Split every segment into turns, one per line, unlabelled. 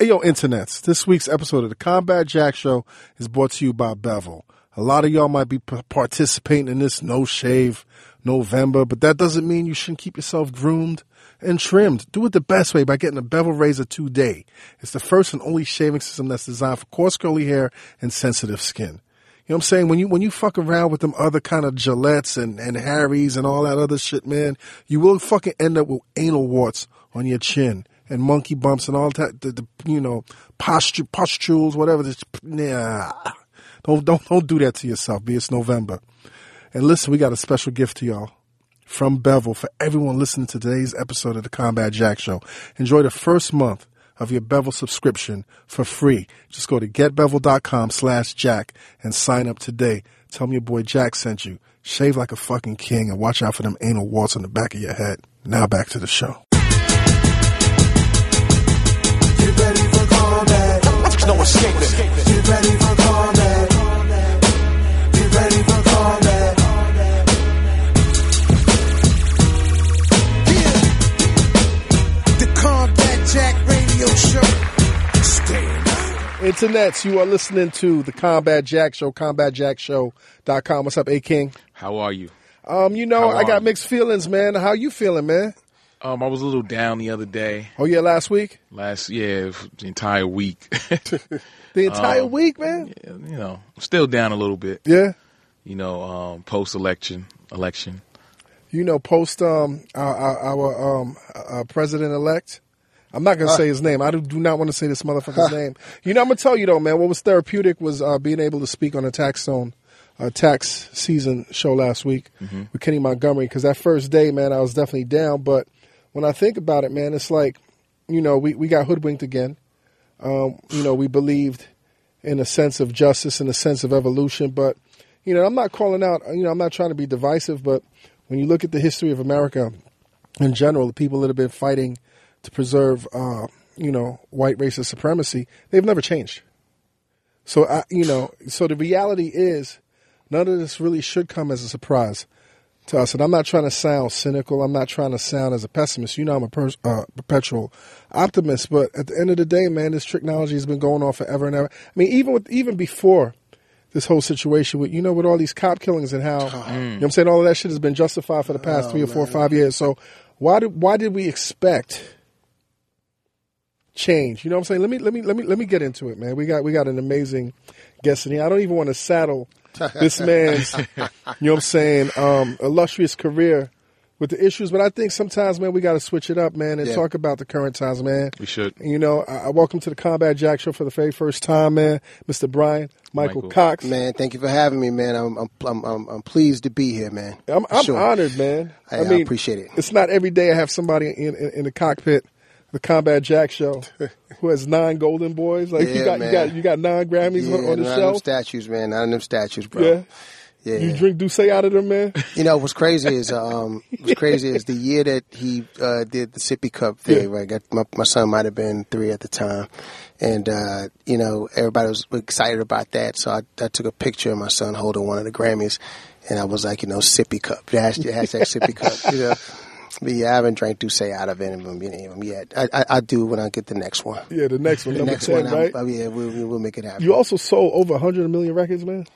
Ayo Internets, this week's episode of the Combat Jack Show is brought to you by Bevel. A lot of y'all might be p- participating in this no shave November, but that doesn't mean you shouldn't keep yourself groomed and trimmed. Do it the best way by getting a Bevel razor today. It's the first and only shaving system that's designed for coarse curly hair and sensitive skin. You know what I'm saying? When you when you fuck around with them other kind of Gillettes and, and Harrys and all that other shit, man, you will fucking end up with anal warts on your chin and monkey bumps and all that. The, the you know posture pustules, whatever. This, nah, don't don't don't do that to yourself. Be it's November. And listen, we got a special gift to y'all from Bevel for everyone listening to today's episode of the Combat Jack Show. Enjoy the first month of your Bevel subscription for free. Just go to getbevel.com slash jack and sign up today. Tell me your boy Jack sent you. Shave like a fucking king and watch out for them anal warts on the back of your head. Now back to the show.
Get ready for combat. No escaping. Get ready for combat. Get ready for combat. Yeah. The Combat Jack Radio Show. Stand up.
Internets, you are listening to the Combat Jack Show, combatjackshow.com. What's up, A King?
How are you?
Um, you know,
How
I
are
got
you?
mixed feelings, man. How you feeling, man?
Um, I was a little down the other day,
Oh yeah, last week?
last yeah, f- the entire week.
The
Um,
entire week, man?
you know, I'm still down a little bit.
Yeah.
You know, um, post election, election.
you know, post um our our, our um uh, president elect. I'm not gonna say his name. I do, do not want to say this motherfucker's name. You know, I'm gonna tell you though, man. What was therapeutic was uh, being able to speak on a tax zone, uh, tax season show last week with Kenny Montgomery. Because that first day, man, I was definitely down. But when I think about it, man, it's like, you know, we we got hoodwinked again. Um, you know, we believed in a sense of justice, in a sense of evolution. But, you know, I'm not calling out, you know, I'm not trying to be divisive, but when you look at the history of America in general, the people that have been fighting to preserve, uh, you know, white racist supremacy, they've never changed. So, I, you know, so the reality is none of this really should come as a surprise to us. And I'm not trying to sound cynical. I'm not trying to sound as a pessimist. You know, I'm a pers- uh, perpetual optimist. But at the end of the day, man, this technology has been going on forever and ever. I mean, even with even before this whole situation with you know with all these cop killings and how you know what I'm saying all of that shit has been justified for the past three or four or five years. So why did why did we expect change? You know what I'm saying? Let me let me let me let me get into it, man. We got we got an amazing guest in here. I don't even want to saddle this man's you know what I'm saying um, illustrious career with the issues, but I think sometimes, man, we got to switch it up, man, and
Yeah.
talk about the current times, man.
We should.
You know, I, I welcome to the Combat Jack Show for the very first time, man. Mr. Brian Michael,
Michael.
Cox.
Man, thank you for having me, man. I'm I'm I'm, I'm, I'm pleased to be here, man.
I'm, I'm
Sure.
honored, man.
I- I appreciate it.
It's not every day I have somebody in, in, in the cockpit, the Combat Jack Show, who has nine Golden Boys. Like you
Yeah,
got, you
man.
got, you got nine Grammys
Yeah,
on, on the
none of them
shelf.
statues, man. None of them statues, bro.
Yeah.
Yeah.
You drink Douce out of them, man.
You know what's crazy is um what's crazy is the year that he uh, did the sippy cup thing, right? Got, my my son might have been three at the time, and uh, you know everybody was excited about that. So I, I took a picture of my son holding one of the Grammys, and I was like, you know, sippy cup, hashtag, hashtag sippy cup. You know, but yeah, I haven't drank Douce out of any of them, any of them yet. I, I I do when I get the next one.
Yeah, the next one,
The
number
next
ten,
one, I'm-
right?
oh, yeah, we'll, we'll we'll make it happen.
you also sold over 100 million records, man.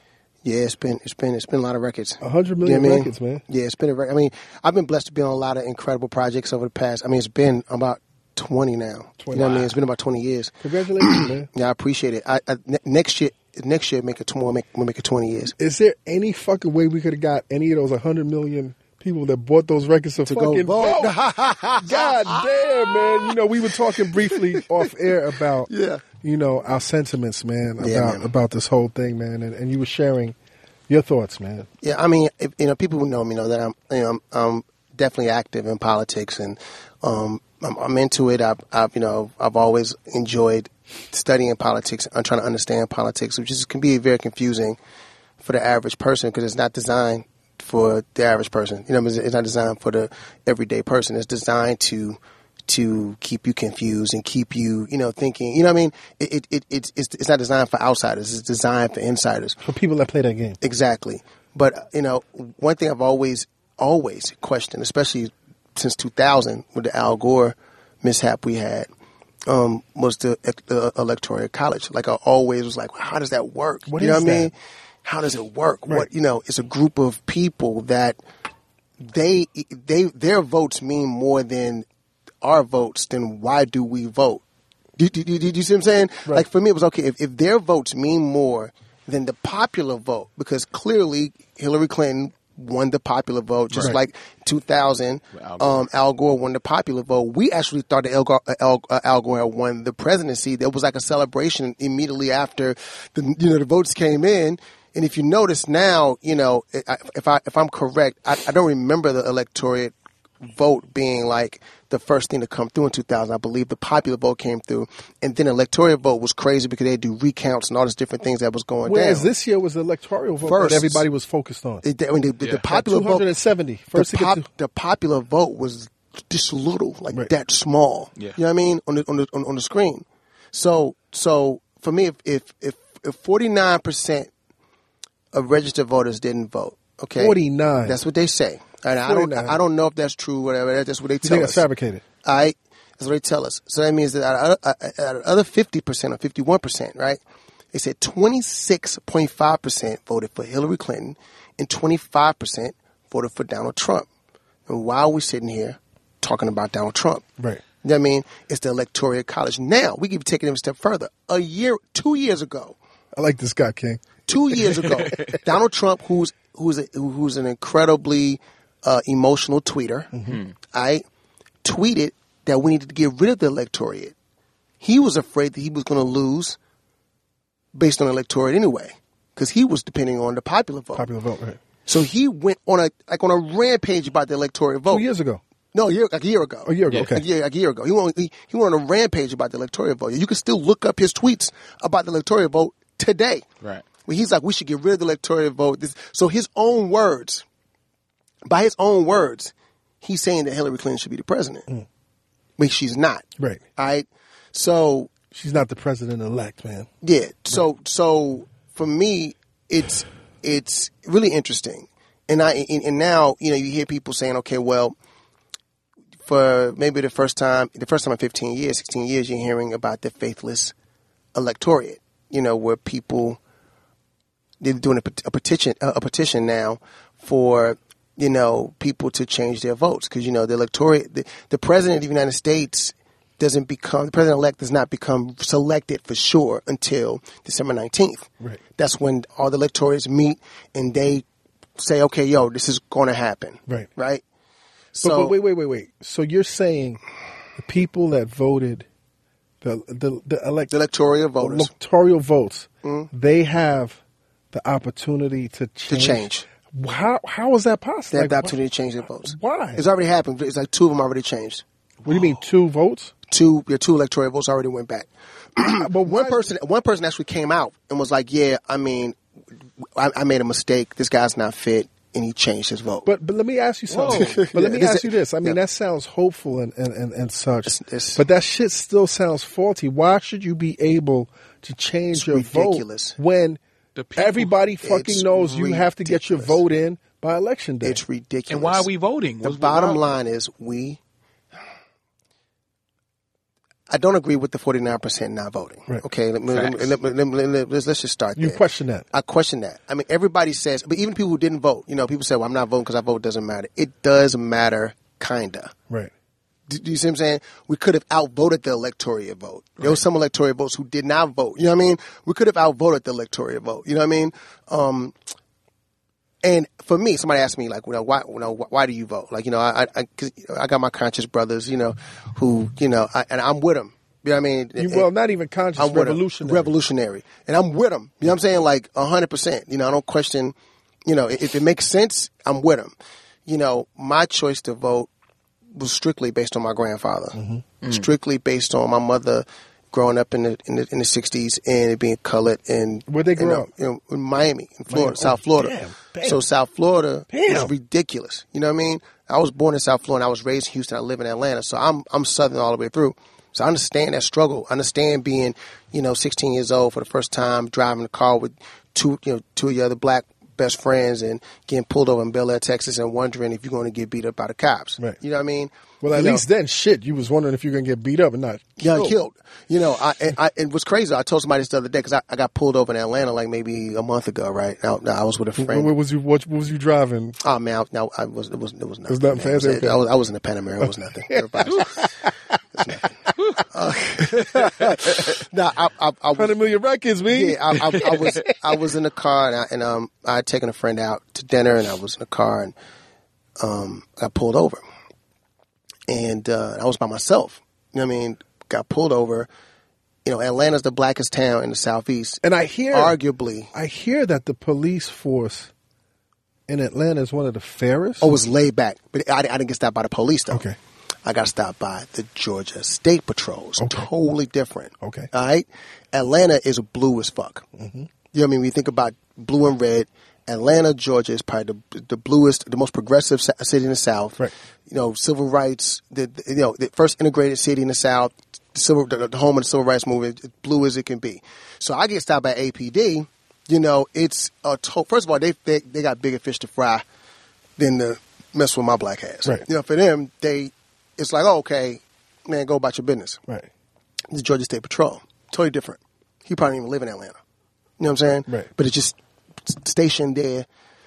Yeah, it's been it's been it's been a lot of records.
100
You know
million
what I mean?
records, man.
Yeah, it's been a record. I mean, I've been blessed to be on a lot of incredible projects over the past. I mean, it's been about twenty now.
20.
You know what I mean? It's been about twenty years.
Congratulations, man.
Yeah, I appreciate it. I, I ne- next year, next year make it tw- we'll make we'll make it twenty years.
Is there any fucking way we could have got any of those 100 million people that bought those records to,
go
fucking vote?
vote.
God damn, man. You know, we were talking briefly off air about,
Yeah.
you know, our sentiments, man, about,
Yeah, man.
about this whole thing, man. And, and you were sharing your thoughts, man.
Yeah, I mean, if, you know, people who know me know that I'm, you know, I'm, I'm definitely active in politics, and um, I'm, I'm into it. I've, I've, you know, I've always enjoyed studying politics. I'm trying to understand politics, which is, can be very confusing for the average person because it's not designed for the average person. You know, it's, it's not designed for the everyday person. It's designed to to keep you confused and keep you, you know, thinking. You know, what I mean, it, it, it it's it's it's not designed for outsiders. It's designed for insiders.
For people that play that game.
Exactly. But uh, you know, one thing I've always always questioned, especially since 2000 with the Al Gore mishap we had, um, was the ec- the electoral college. Like I always was like, how does that work?
What
you know
is
what I
that?
mean? How does it work?
Right.
What you know? It's a group of people that they they their votes mean more than our votes. Then why do we vote? Do, do, do, do you see what I'm saying?
Right.
Like for me, it was okay if, if their votes mean more than the popular vote because clearly Hillary Clinton won the popular vote, just
Right.
like 2000.
Al Gore.
um, Al Gore won the popular vote. We actually thought that Al Gore, uh, Al, uh, Al Gore had won the presidency. There was like a celebration immediately after the you know the votes came in. And if you notice now, you know I- if I if I'm correct, I, I don't remember the electorate vote being like the first thing to come through in 2000. I believe the popular vote came through, and then electoral vote was crazy because they do recounts and all these different things that was going
Whereas
down.
this year was the electoral vote
First.
that everybody was focused on.
It- that- when they- the,
Yeah.
the popular vote
270. First
the,
to get
pop,
to-
the popular vote was just little, like
Right.
that small.
Yeah.
You know what I mean on the on the on, on the screen. So so for me, if if if, if forty nine percent of registered voters didn't vote, okay,
49.
That's what they say. And I don't
49.
I don't know if that's true. Whatever. That- That's what they
You
tell
think it's
us.
fabricated?
All right, that's what they tell us. So that means that out of, uh, out of other fifty percent or fifty one percent, right? They said twenty six point five percent voted for Hillary Clinton, and twenty five percent voted for Donald Trump. And why are we sitting here talking about Donald Trump?
Right.
You know what I mean? It's the Electoral College. Now we keep taking it a step further. A year, two years ago,
I like this guy, King.
two years ago, Donald Trump, who's who's a, who's an incredibly uh, emotional tweeter, I tweeted that we needed to get rid of the electorate. He was afraid that he was going to lose based on the electorate anyway, because he was depending on the popular vote.
Popular vote, right?
So he went on a like on a rampage about the electoral vote.
Two years ago.
No, a year, like a year ago.
A year ago,
Yeah.
Oh, okay.
Like Oh. a year, like a year ago. He went, he, he went on a rampage about the electoral vote. You can still look up his tweets about the electoral vote today.
Right.
When he's like, we should get rid of the electoral vote. This, so his own words, by his own words, he's saying that Hillary Clinton should be the president. But she's not.
Right.
All right. So
She's not the president elect, man.
yeah. So so for me, it's it's really interesting, and I and, and now you know you hear people saying, okay, well, for maybe the first time, the first time in fifteen years, sixteen years, you're hearing about the faithless electorate. You know where people they're doing a, pet- a petition a a petition now for you know people to change their votes because you know the electorate the, the president of the United States doesn't become the president elect does not become selected for sure until December nineteenth.
Right.
That's when all the electorates meet and they say, okay, yo, this is going to happen.
Right.
Right.
But,
So
but wait, wait, wait, wait. So you're saying the people that voted, the the the, elect,
the electoral voters Mm-hmm.
electoral votes, they have the opportunity to
to
change.
change.
How how is that possible?
They
Like,
have the
why-
opportunity to change their votes.
Why?
It's already happened. It's like two of them already changed.
What do you mean two votes?
Two, your two electoral votes already went back.
but
Mm. one
why-
person one person actually came out and was like, "Yeah, I mean, I, I made a mistake. This guy's not fit," and he changed his vote.
But but let me ask you something.
Whoa.
but let me
Yeah, this-
ask you this. I mean,
yeah.
that sounds hopeful and and and, and such.
it's-
but that shit still sounds faulty. Why should you be able to change your
ridiculous.
vote when
The people-
everybody fucking
It's
knows you have to get your
ridiculous.
vote in by election day?
it's ridiculous.
And why are we voting?
The
What's-
bottom
why-
line is we. I don't agree with the forty nine percent not voting.
Right.
Okay, let me, let me,
Facts.
let me, let me- let- let's, let's just start.
You
there.
question that.
I question that. I mean, everybody says, but even people who didn't vote, you know, people say, "Well, I'm not voting because I vote doesn't matter." It does matter, kinda.
Right.
Do, do you see what I'm saying? We could have outvoted the electoral vote. There was some electoral votes who did not vote. You know what I mean? We could have outvoted the electoral vote. You know what I mean? Um, and for me, somebody asked me like, you know, why, you know, why do you vote? Like, you know, I, I, 'cause, you know, I got my conscious brothers, you know, who, you know, I, and I'm with them. You know what I mean?
You,
It-
well, not even conscious
I'm with 'em.
revolutionary.
Revolutionary. And I'm with them. You know what I'm saying? Like 100%. You know, I don't question, you know, if it makes sense, I'm with them. You know, my choice to vote was strictly based on my grandfather,
Mm-hmm. Mm.
strictly based on my mother growing up in the in the, in the 60s and it being colored and
Where'd they
you
grow
know,
up?
you know, in Miami, in Florida, South Florida.
damn, damn.
So South Florida
Damn.
is ridiculous. You know what I mean? I was born in South Florida. I was raised in Houston. I live in Atlanta. So I'm I'm Southern all the way through. So I understand that struggle. I understand being, you know, 16 years old for the first time driving a car with two, you know, two of your other black best friends and getting pulled over in Bel Air, Texas, and wondering if you're going to get beat up by the cops.
Right.
You know what I mean?
Well, at
You know,
least then, shit, you was wondering if you're gonna get beat up or not.
yeah,
Killed.
killed. You know, I, and I it was crazy. I told somebody this the other day because I, I got pulled over in Atlanta like maybe a month ago, right? Now, now I was with a
What,
friend.
what was you? What, what was you driving?
Oh man, I, no, I was it was it was nothing.
was nothing
man. It was-
fancy? Okay.
I was I was in the Panamera. It was nothing. Everybody was- it was nothing. Uh, no, I I, I was,
Hundred million records, me.
yeah, I, I, I was I was in the car and, I, and um I had taken a friend out to dinner and I was in the car and um got pulled over and uh, I was by myself. You know what I mean? Got pulled over. You know, Atlanta's the blackest town in the southeast,
And I hear,
arguably.
I hear that the police force in Atlanta is one of the fairest.
Oh, it was laid back, but I, I didn't get stopped by the police though.
Okay.
I got stopped by the Georgia State Patrols.
Okay.
Totally different.
Okay.
All right. Atlanta is blue as fuck. Mm-hmm. You know what I mean? When you think about blue and red, Atlanta, Georgia is probably the, the bluest, the most progressive sa- city in the South.
Right.
You know, civil rights, the, the- you know, the first integrated city in the South, civil, the, the home of the civil rights movement, it's blue as it can be. So I get stopped by APD. You know, it's a to- first of all, they, they they got bigger fish to fry than to mess with my black ass.
Right.
You know, for them, they it's like, oh, okay, man, go about your business.
right.
The Georgia State Patrol, totally different. He probably didn't even live in Atlanta. You know what I'm saying?
Right.
But it's just s- stationed there.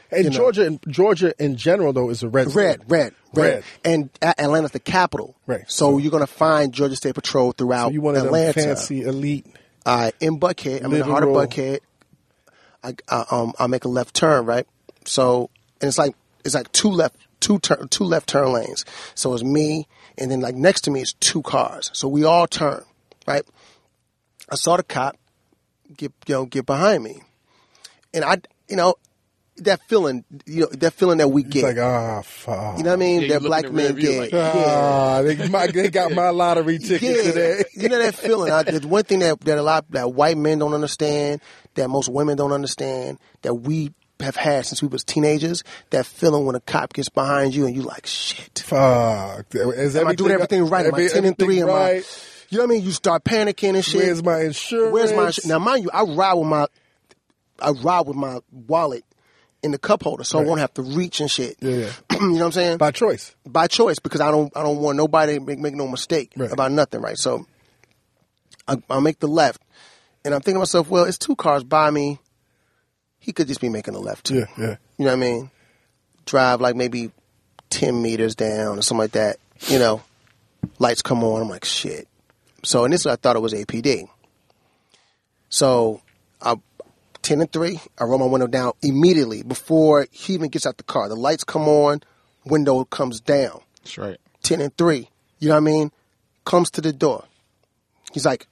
And
you know.
Georgia, in, Georgia in general though, is a red.
Red,
state.
red, red,
Red.
and A- Atlanta's the capital.
Right.
So, you're gonna find Georgia State Patrol throughout
You one of them
Atlanta.
fancy elite.
I in Buckhead. I'm in the heart of
Literal.
Buckhead. I, I um I make a left turn right. So and it's like it's like two left two turn two left turn lanes. So it's me and then like next to me is two cars. So we all turn right. I saw the cop get you know get behind me, and I you know that feeling you know that feeling that we
It's
get.
like ah fuck.
you know what I mean?
Yeah, you
that
looking
black
at
men
rearview
get.
like-
Ah, they, my, they got my lottery ticket today.
You know that feeling. I, the one thing that, that a lot that white men don't understand, that most women don't understand, that we have had since we was teenagers, that feeling when a cop gets behind you and you like shit.
Fuck. Is
Am I doing everything right? Am I
every-
ten and three?
everything
Am I?
right?
You know what I mean? You start panicking and shit.
Where's my insurance?
Where's my insurance? Now, mind you, I ride with my, I ride with my wallet in the cup holder, so I won't have to reach and shit.
Yeah, yeah.
you know what I'm saying?
by choice.
by choice because I don't I don't want nobody to make, make no mistake
Right.
about nothing, right? So I, I make the left, and I'm thinking to myself, well, it's two cars by me. He could just be making a left. too.
Yeah, yeah.
You know what I mean? Drive like maybe ten meters down or something like that. You know, lights come on. I'm like shit. So and this I thought it was APD. So I ten and three. I roll my window down immediately before he even gets out the car. The lights come on. Window comes down.
That's right.
10 and 3, you know what I mean? Comes to the door. He's like,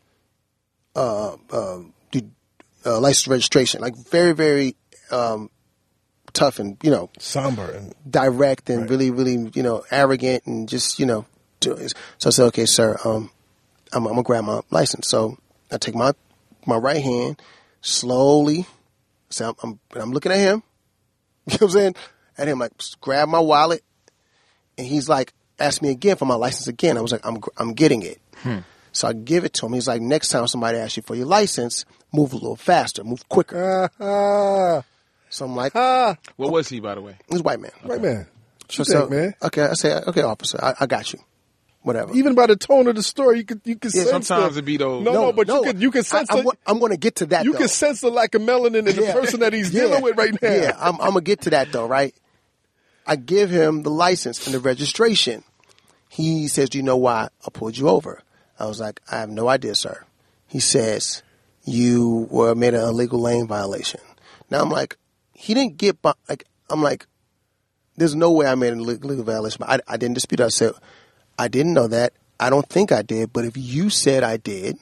uh, uh, dude, uh, license registration. Like, very, very um, tough and, you know,
Somber and
direct and really, really, you know, arrogant and just, you know, do it. So I said, okay, sir, um, I'm, I'm gonna grab my license. So I take my my right hand slowly. So I'm I'm, I'm looking at him. You know what I'm saying? At him, like grab my wallet, and he's like, ask me again for my license again. I was like, I'm gr- I'm getting it. So I give it to him. He's like, next time somebody asks you for your license, move a little faster, move quicker.
ah ah
So I'm like,
ah.
What was he, by the way?
he's a white man.
Right, man. What you
So-
think, man?
Okay, I say, okay, officer, I, I got you. Whatever.
Even by the tone of the story, you could you could sense.
sometimes
the,
it be those-
No, no,
No,
but you could you could sense.
I, am
the,
going to get to that.
you
though.
can sense the lack of melanin in the
Yeah.
person that he's
Yeah.
dealing with right now.
Yeah, I'm, I'm gonna get to that though, right? I give him the license and the registration. He says, "Do you know why I pulled you over?" I was like, "I have no idea, sir." He says, "You were made an illegal lane violation." Now I'm like, he didn't get by. Like I'm like, there's no way I made an illegal illegal violation. But I, I didn't dispute. It. I said, I didn't know that. I don't think I did. But if you said I did,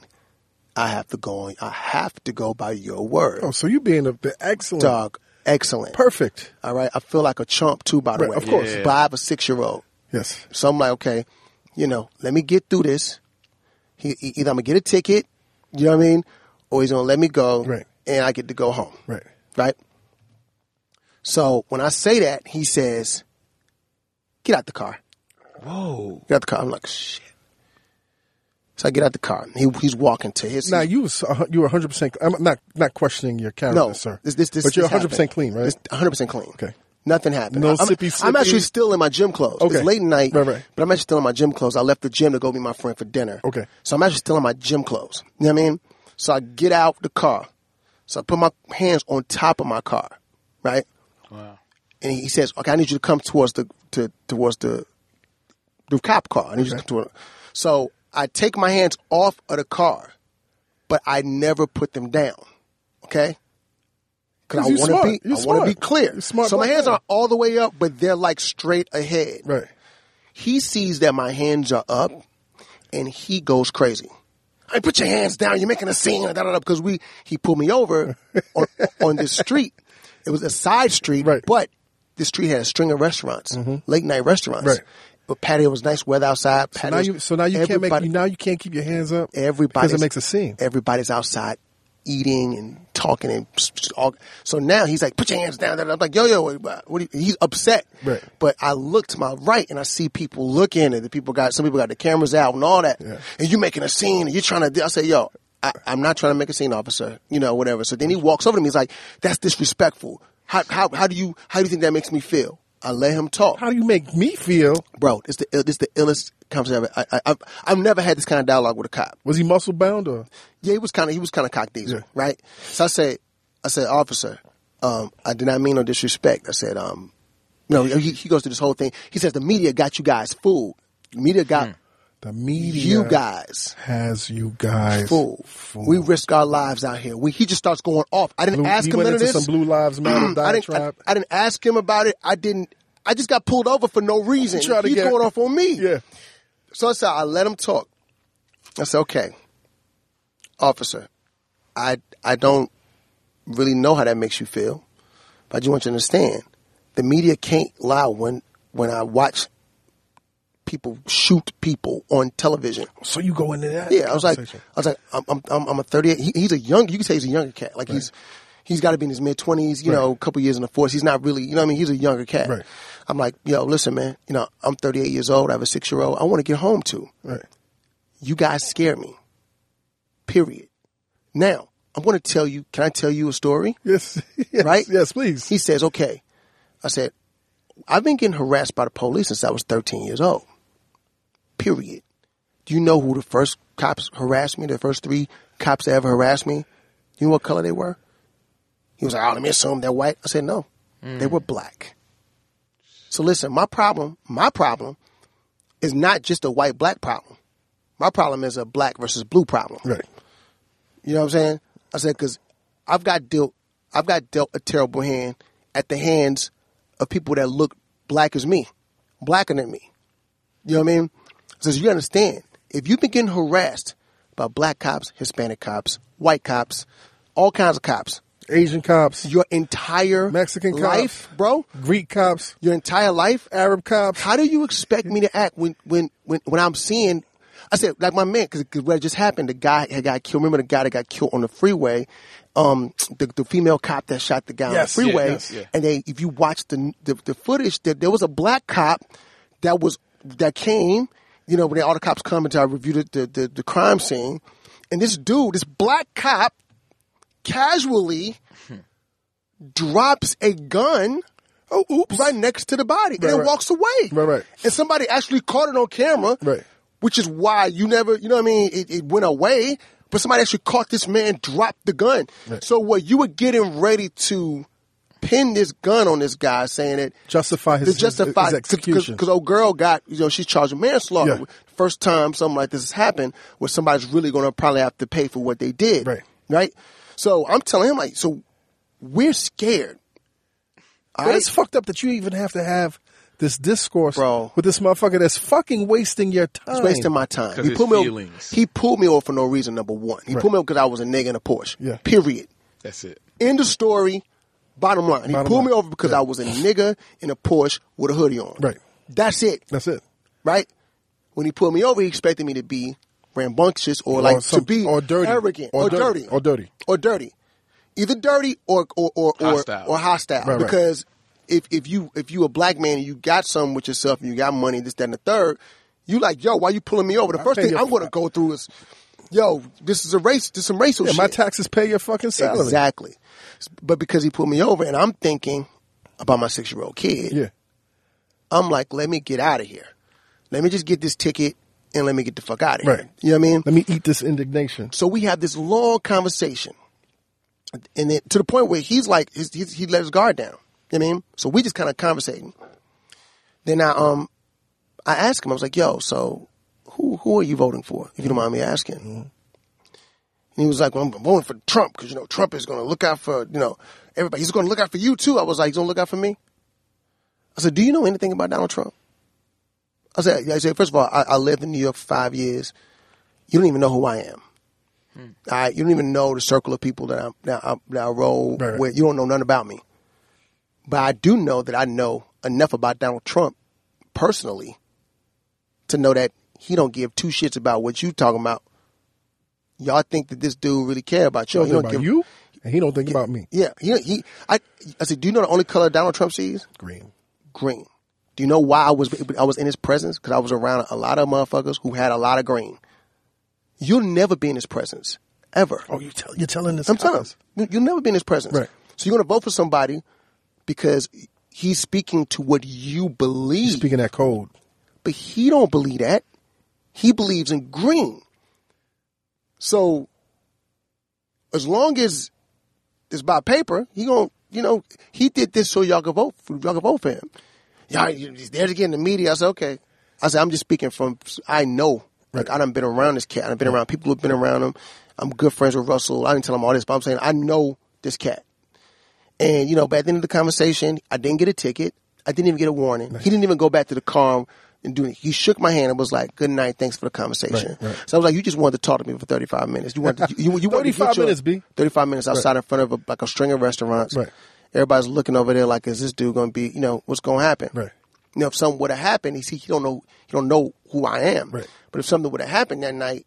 I have to go. On, I have to go by your word
Oh, so you being a, the excellent,
dog. Excellent.
perfect.
All right. I feel like a chump too, by the
Right,
way.
of course.
Yeah.
Five or six year old.
Yes.
So I'm like, okay, you know, let me get through this. He, he- either I'm gonna get a ticket, you know what I mean, or he's gonna let me go,
Right.
and I get to go home,
Right.
right? So when I say that, he says, "Get out the car."
Whoa.
Get out the car. I'm like, shit. So I get out the car. He, he's walking to his.
Now you was uh, you were 100. percent I'm not not questioning your character,
no,
sir.
This, this, this,
but you're
this happened.
100 percent clean, right?
This 100% clean.
Okay.
Nothing happened.
No
I'm,
sippy
I'm
sippy?
actually still in my gym clothes.
Okay.
It's late night,
Right, right.
but I'm actually still in my gym clothes. I left the gym to go meet my friend for dinner.
Okay.
So I'm actually still in my gym clothes. You know what I mean? So I get out the car. So I put my hands on top of my car, right?
Wow.
And he says, "Okay, I need you to come towards the to, towards the the cop car." I need you to come toward- So I take my hands off of the car, but I never put them down. Okay.
'Cause
Because I
you're
want to
smart.
be,
You're
I want
smart.
to be clear.
You're smart
so my
black
hands
man.
are all the way up, but they're like straight ahead.
right.
He sees that my hands are up, and he goes crazy. I put your hands down. You're making a scene. Da, da, da, because we he pulled me over on, on this street. It was a side street,
Right. Mm-hmm.
but this street had a string of restaurants, late night restaurants.
Right.
But patio was nice weather outside.
So now
Patio
you so now you can't make you, now you can't keep your hands up
everybody's
because it makes a scene.
Everybody's outside eating and talking and s- s- all. So now he's like, "Put your hands down." And I'm like, "Yo, yo, what? what are you-" He's upset.
Right.
But I look to my right and I see people looking, and the people got some people got the cameras out and all that.
Yeah.
And you making a scene, and you're trying to. do- I say, "Yo." I, I'm not trying to make a scene, officer. You know, whatever. So then he walks over to me. He's like, "That's disrespectful. How how how do you how do you think that makes me feel?" I let him talk
How do you make me feel?
bro, it's the it's the illest conversation I've, ever- I, I, I've I've never had this kind of dialogue with a cop.
Was he muscle bound or
Yeah, he was kind of he was kind of cock diesel,
Yeah.
right? So I said, I said, officer, um, I did not mean no disrespect. I said, um, no, he, he goes through this whole thing. He says the media got you guys fooled. The media got
the media?
you guys
has you guys
fooled.
fooled.
We risk our lives out here. We, he just starts going off. I didn't
Blue-
ask
he
him
went
none of
into
this.
some Blue Lives Matter
I didn't, I,
diatribe.
I didn't ask him about it. I didn't. I just got pulled over for no reason.
Try to
He's
get-
going off on me.
yeah,
So I said, I let him talk. I said, okay, officer, I I don't really know how that makes you feel, but I just want you to understand, the media can't lie when when I watch people shoot people on television.
so you go into that.
Yeah, I was like, I
conversation.
was like, I'm I'm, I'm, I'm a 38. He, he's a young. You can say he's a younger cat. Like he's he's got to be in his mid 20s. You know, a couple years in the force. He's not really. You know what I mean? He's a younger cat.
Right.
I'm like, yo, listen, man. You know, I'm 38 years old. I have a six year old. I want to get home to
right.
you guys scare me. Period. Now, I'm going to tell you, can I tell you a story?
Yes, yes,
Right?
Yes, please.
He says, okay. I said, I've been getting harassed by the police since I was 13 years old. Period. Do you know who the first cops harassed me? The first three cops that ever harassed me? You know what color they were? He was like, oh, let me assume they're white. I said, no, they were black. So listen, my problem, my problem is not just a white black problem. My problem is a black versus blue problem.
Right.
You know what I'm saying? I said because I've got dealt I've got dealt a terrible hand at the hands of people that look black as me, blacker than me. You know what I mean? I says you understand if you've been getting harassed by black cops, Hispanic cops, white cops, all kinds of cops,
Asian cops,
your entire
Mexican
life,
cops,
bro,
Greek cops,
your entire life,
Arab cops.
how do you expect me to act when when when, when I'm seeing? I said like my man because what just happened. The guy had got killed. Remember the guy that got killed on the freeway? Um, the, the female cop that shot the guy
Yes,
on
yeah,
the freeway.
yes, yeah.
And they, if you watch the the, the footage, there, there was a black cop that was that came. You know when all the cops come and I reviewed the, the the crime scene, and this dude, this black cop, casually drops a gun
Oh, oops.
right next to the body and
Right,
it
right.
walks away.
Right, right.
And somebody actually caught it on camera.
Right.
Which is why you never, you know what I mean? It, it went away, but somebody actually caught this man, dropped the gun.
Right.
So what you were getting ready to pin this gun on this guy saying that
Justify his,
to justify
his execution.
because old girl got you know she's charged with manslaughter.
Yeah.
First time something like this has happened, where somebody's really going to probably have to pay for what they did.
Right.
right. So I'm telling him like, so we're scared.
But it's fucked up that you even have to have this discourse
Bro.
with this motherfucker that's fucking wasting your time.
He's wasting my time.
'Cause
He
his
pulled, me over,
feelings.
he pulled me over for no reason, number one. He
Right.
pulled me over because I was a nigga in a Porsche.
Yeah.
Period.
That's it.
End of story. Bottom line. He
Bottom
pulled
line.
me over because I was a nigga in a Porsche with a hoodie on.
Right.
That's it.
That's it.
Right? When he pulled me over, he expected me to be rambunctious or,
or
like
some-
to be
or dirty
arrogant
or,
or,
dirty, or dirty.
or dirty, either dirty or or or or
Hostile.
or hostile.
Right, right.
because if if you if you a black man and you got something with yourself and you got money, this that and the third, You like, yo, why you pulling me over? The first
pay
thing
your-
I'm going to go through is, yo, this is a race. This is some racial
Yeah,
shit.
my taxes pay your fucking salary.
Exactly. But because he pulled me over and I'm thinking about my six year old kid,
Yeah.
I'm like, let me get out of here. Let me just get this ticket and let me get the fuck out of here.
Right.
You know what I mean?
Let me eat this indignation.
So we have this long conversation. And then to the point where he's like, he's, he's, he let his guard down. You know what I mean? So we just kind of conversating. Then I, um, I asked him, I was like, yo, so who, who are you voting for? If you don't mind me asking.
Mm-hmm.
And he was like, well, I'm voting for Trump because, you know, Trump is going to look out for, you know, everybody. He's going to look out for you too. I was like, he's going to look out for me. I said, do you know anything about Donald Trump? I said, I said first of all, I, I lived in New York for five years. You don't even know who I am.
Hmm.
I, you don't even know the circle of people that I, that I, that I roll
Right, right.
with. You don't know nothing about me. But I do know that I know enough about Donald Trump personally to know that he don't give two shits about what you talking about. Y'all think that this dude really care about
He
y'all.
don't
He
think
don't
about
give-
you, and he don't think about me.
Yeah, he, he I, I said, do you know the only color Donald Trump sees?
Green.
green. Do you know why I was I was in his presence? Because I was around a lot of motherfuckers who had a lot of green. You'll never be in his presence ever.
Oh, you tell, you're telling this.
I'm telling you, you'll never be in his presence.
Right.
So you're gonna vote for somebody because he's speaking to what you believe,
Speaking that code.
but he don't believe that. He believes in green. So as long as it's by paper, he gon' you know he did this so y'all can vote for, y'all can vote for him. Y'all you- there's again the media. I said okay. I said I'm just speaking from I know like I done been around this cat. I've been around people who've been around him. I'm good friends with Russell. I didn't tell him all this, but I'm saying I know this cat. And you know, but at the end of the conversation, I didn't get a ticket. I didn't even get a warning. He didn't even go back to the car and do it. He shook my hand and was like, "Good night, thanks for the conversation."
Right, right.
So I was like, "You just wanted to talk to me for 35 minutes. You wanted to, you, you, you wanted to
35
get your-
minutes, B.
35 minutes outside in front of a, like a string of restaurants.
Right.
Everybody's looking over there like, is this dude going to be, you know, what's going to happen?
Right.
You know, if something would have happened, he see, he don't know, he don't know who I am.
Right.
But if something would have happened that night,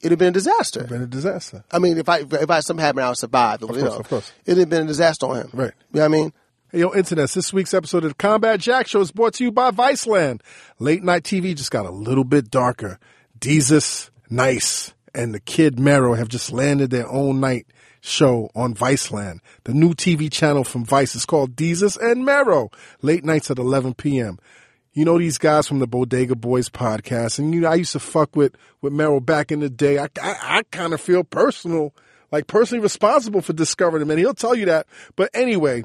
it'd have been a disaster.
Been a disaster.
I mean, if I if I something happened, I would survive. Of you
course,
know,
of course.
it'd have been a disaster on him.
Right.
You know what I mean?
Hey, yo, internets, this week's episode of the Combat Jack Show is brought to you by Viceland. Late night TV just got a little bit darker. Deezus, Nice, and the Kid Mero have just landed their own night show on Viceland. The new TV channel from Vice is called Deezus and Mero. Late nights at 11 p.m. You know these guys from the Bodega Boys podcast, and you know I used to fuck with with Merrill back in the day. I I, I kind of feel personal, like personally responsible for discovering him, and he'll tell you that. But anyway,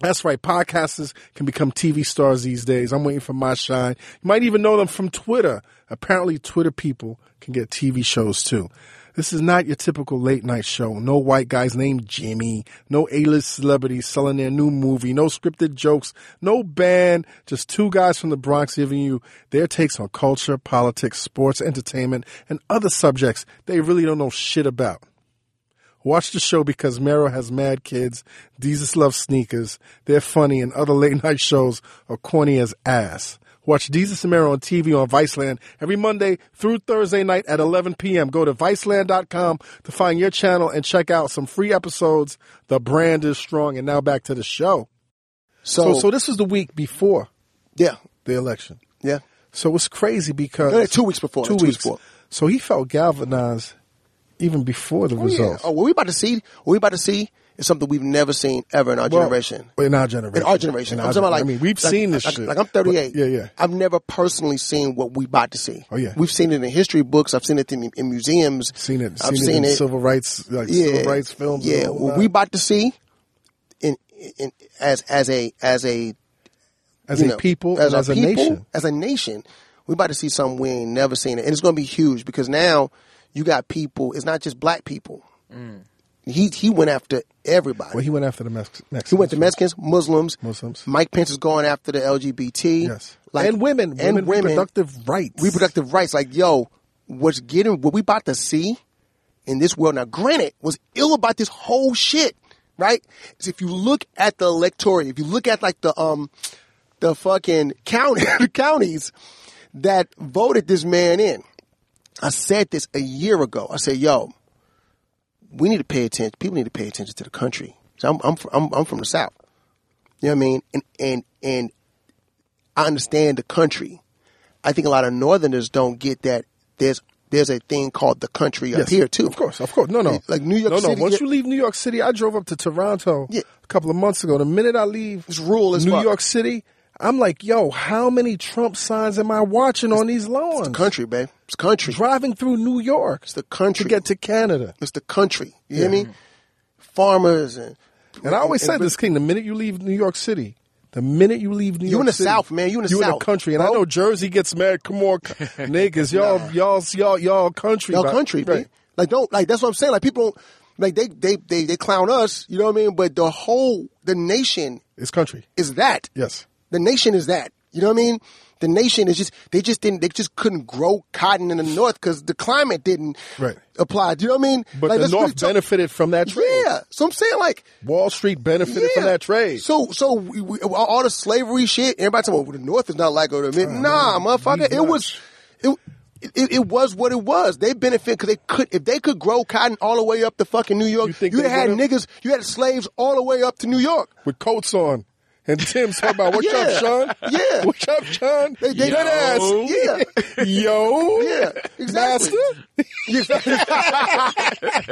that's right. Podcasters can become TV stars these days. I'm waiting for my shine. You might even know them from Twitter. Apparently, Twitter people can get TV shows too. This is not your typical late night show. No white guys named Jimmy. No A-list celebrities selling their new movie. No scripted jokes. No band. Just two guys from the Bronx giving you their takes on culture, politics, sports, entertainment, and other subjects they really don't know shit about. Watch the show because Mero has mad kids. Jesus loves sneakers. They're funny, and other late night shows are corny as ass. Watch Jesus and Mero on TV on Viceland every Monday through Thursday night at 11 p.m. Go to Viceland.com to find your channel and check out some free episodes. The brand is strong. And now back to the show.
So,
So, so this was the week before
yeah,
the election.
yeah.
So it's crazy because.
No, no, two weeks before,
Uh, Two,
two weeks
weeks.
before.
So he felt galvanized even before the
Oh, yeah.
results.
Oh, what we about to see? What we about to see is something we've never seen ever in our
Well,
generation.
In our generation.
In our generation,
In
I'm
our
talking about
gen-
like
I mean, we've
like-
seen this
like,
shit.
Like I'm 38.
But- yeah, yeah.
I've never personally seen what we about to see.
Oh, yeah.
We've seen it in history books. I've seen it in, in museums.
Seen it.
I've
seen, it in civil rights, like civil rights films. and
Yeah,
all
what
that.
we about to see in, in as as a as a
as
you
a
know,
people, and as a
people,
nation.
as a nation, we about to see something we ain't never seen it, and it's going to be huge because now you got people. It's not just black people. He he went after everybody.
Well, he went after the Mex- Mexicans.
He went to Mexicans, Muslims.
Muslims.
Mike Pence is going after the LGBT.
Yes. and women.
And
women.
women.
Reproductive rights.
Reproductive rights. Like, yo, what's getting, what we about to see in this world. Now, granted, was ill about this whole shit, right? Is if you look at the electorate, if you look at like the, um, the fucking county, the counties that voted this man in. I said this a year ago. I said, yo, we need to pay attention. People need to pay attention to the country. So I'm, I'm, fr- I'm, I'm from the South. You know what I mean? And, and, and I understand the country. I think a lot of Northerners don't get that there's there's a thing called the country up here too.
Of course, of course. No, no.
Like New York
no,
City,
No, Once
yeah.
you leave New York City, I drove up to Toronto
Yeah.
a couple of months ago. The minute I leave
It's rural as
New
fuck.
York City, I'm like, yo, how many Trump signs am I watching on these lawns?
Country, babe. It's country.
Driving through New York
It's the country.
to get to Canada.
it's the country. You hear me? Farmers and
And I always said this, King. The minute you leave New York City, the minute you leave New
You
York
in the
City,
South, man. You in the
you in
South,
the country, and I
bro.
know Jersey gets mad. Come on, c- niggas, y'all, y'all, y'all, y'all, country,
y'all
but-
country,
right?
man. Like don't like that's what I'm saying. Like people don't like they they they they clown us. You know what I mean? But the whole the nation
It's country.
is that.
Yes.
The nation is that. You know what I mean? The nation is just they just didn't they just couldn't grow cotton in the north because the climate didn't
Right.
apply. Do you know what I mean?
But
Like,
the
let's really
North
talk-
benefited from that trade.
Yeah. So I'm saying like
Wall Street benefited from
Yeah.
that trade.
So, so we, we, all all the slavery shit. Everybody talking about "Well, the North is not like over the mid.
Uh-huh.
nah, motherfucker.
we
It was, it, it, it was what it was. They benefit because they could, if they could grow cotton all the way up to fucking New
You
York, you,
think they
would have had
would've?
niggas, you had slaves all the way up to New York.
with coats on. And Tim's talking about, what
Yeah.
up, Sean?
Yeah.
What up, Sean?
They- they-
Good ass.
Yo.
Yeah.
Yo.
Yeah, exactly.
Master.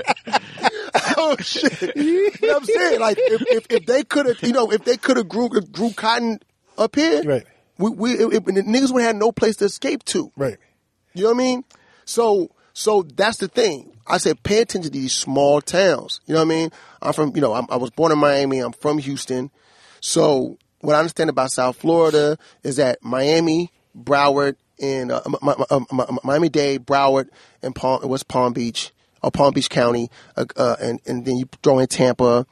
oh shit! you know what I'm saying? Like if, if, if they could have, you know, if they could have grew grew cotton up here,
Right.
We we it, it, the niggas would have had no place to escape to.
Right.
You know what I mean? So so that's the thing. I said pay attention to these small towns. You know what I mean? I'm from you know I'm, I was born in Miami. I'm from Houston. So what I understand about South Florida is that Miami, Broward, and uh, Mi- Mi- Mi- Mi- Miami Dade, Broward, and Palm it was Palm Beach or Palm Beach County, uh, uh, and and then you throw in Tampa.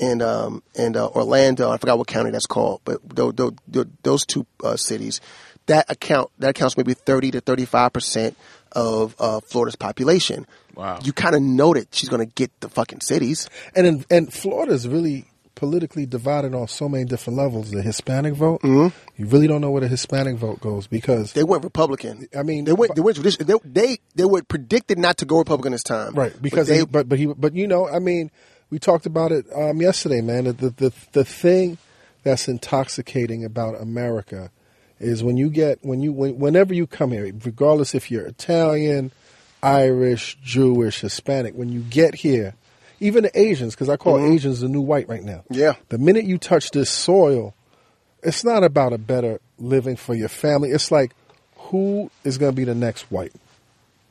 And um and uh, Orlando, I forgot what county that's called, but tho- tho- tho- those two uh, cities, that account that accounts maybe thirty to thirty five percent of uh, Florida's population.
Wow.
You kind of know that she's gonna get the fucking cities.
And in, and Florida's really politically divided on so many different levels. The Hispanic vote, you really don't know where the Hispanic vote goes because
They went Republican.
I mean,
they went they went tradition. They, they they were predicted not to go Republican this time.
Right, because
but
he-
they,
but, but he but you know, I mean, we talked about it um, yesterday, man. The, the the the thing that's intoxicating about America is when you get when you when, whenever you come here, regardless if you're Italian, Irish, Jewish, Hispanic, when you get here, even the Asians, because I call Asians the new white right now.
Mm-hmm. Yeah.
the minute you touch this soil, it's not about a better living for your family. It's like who is going to be the next white.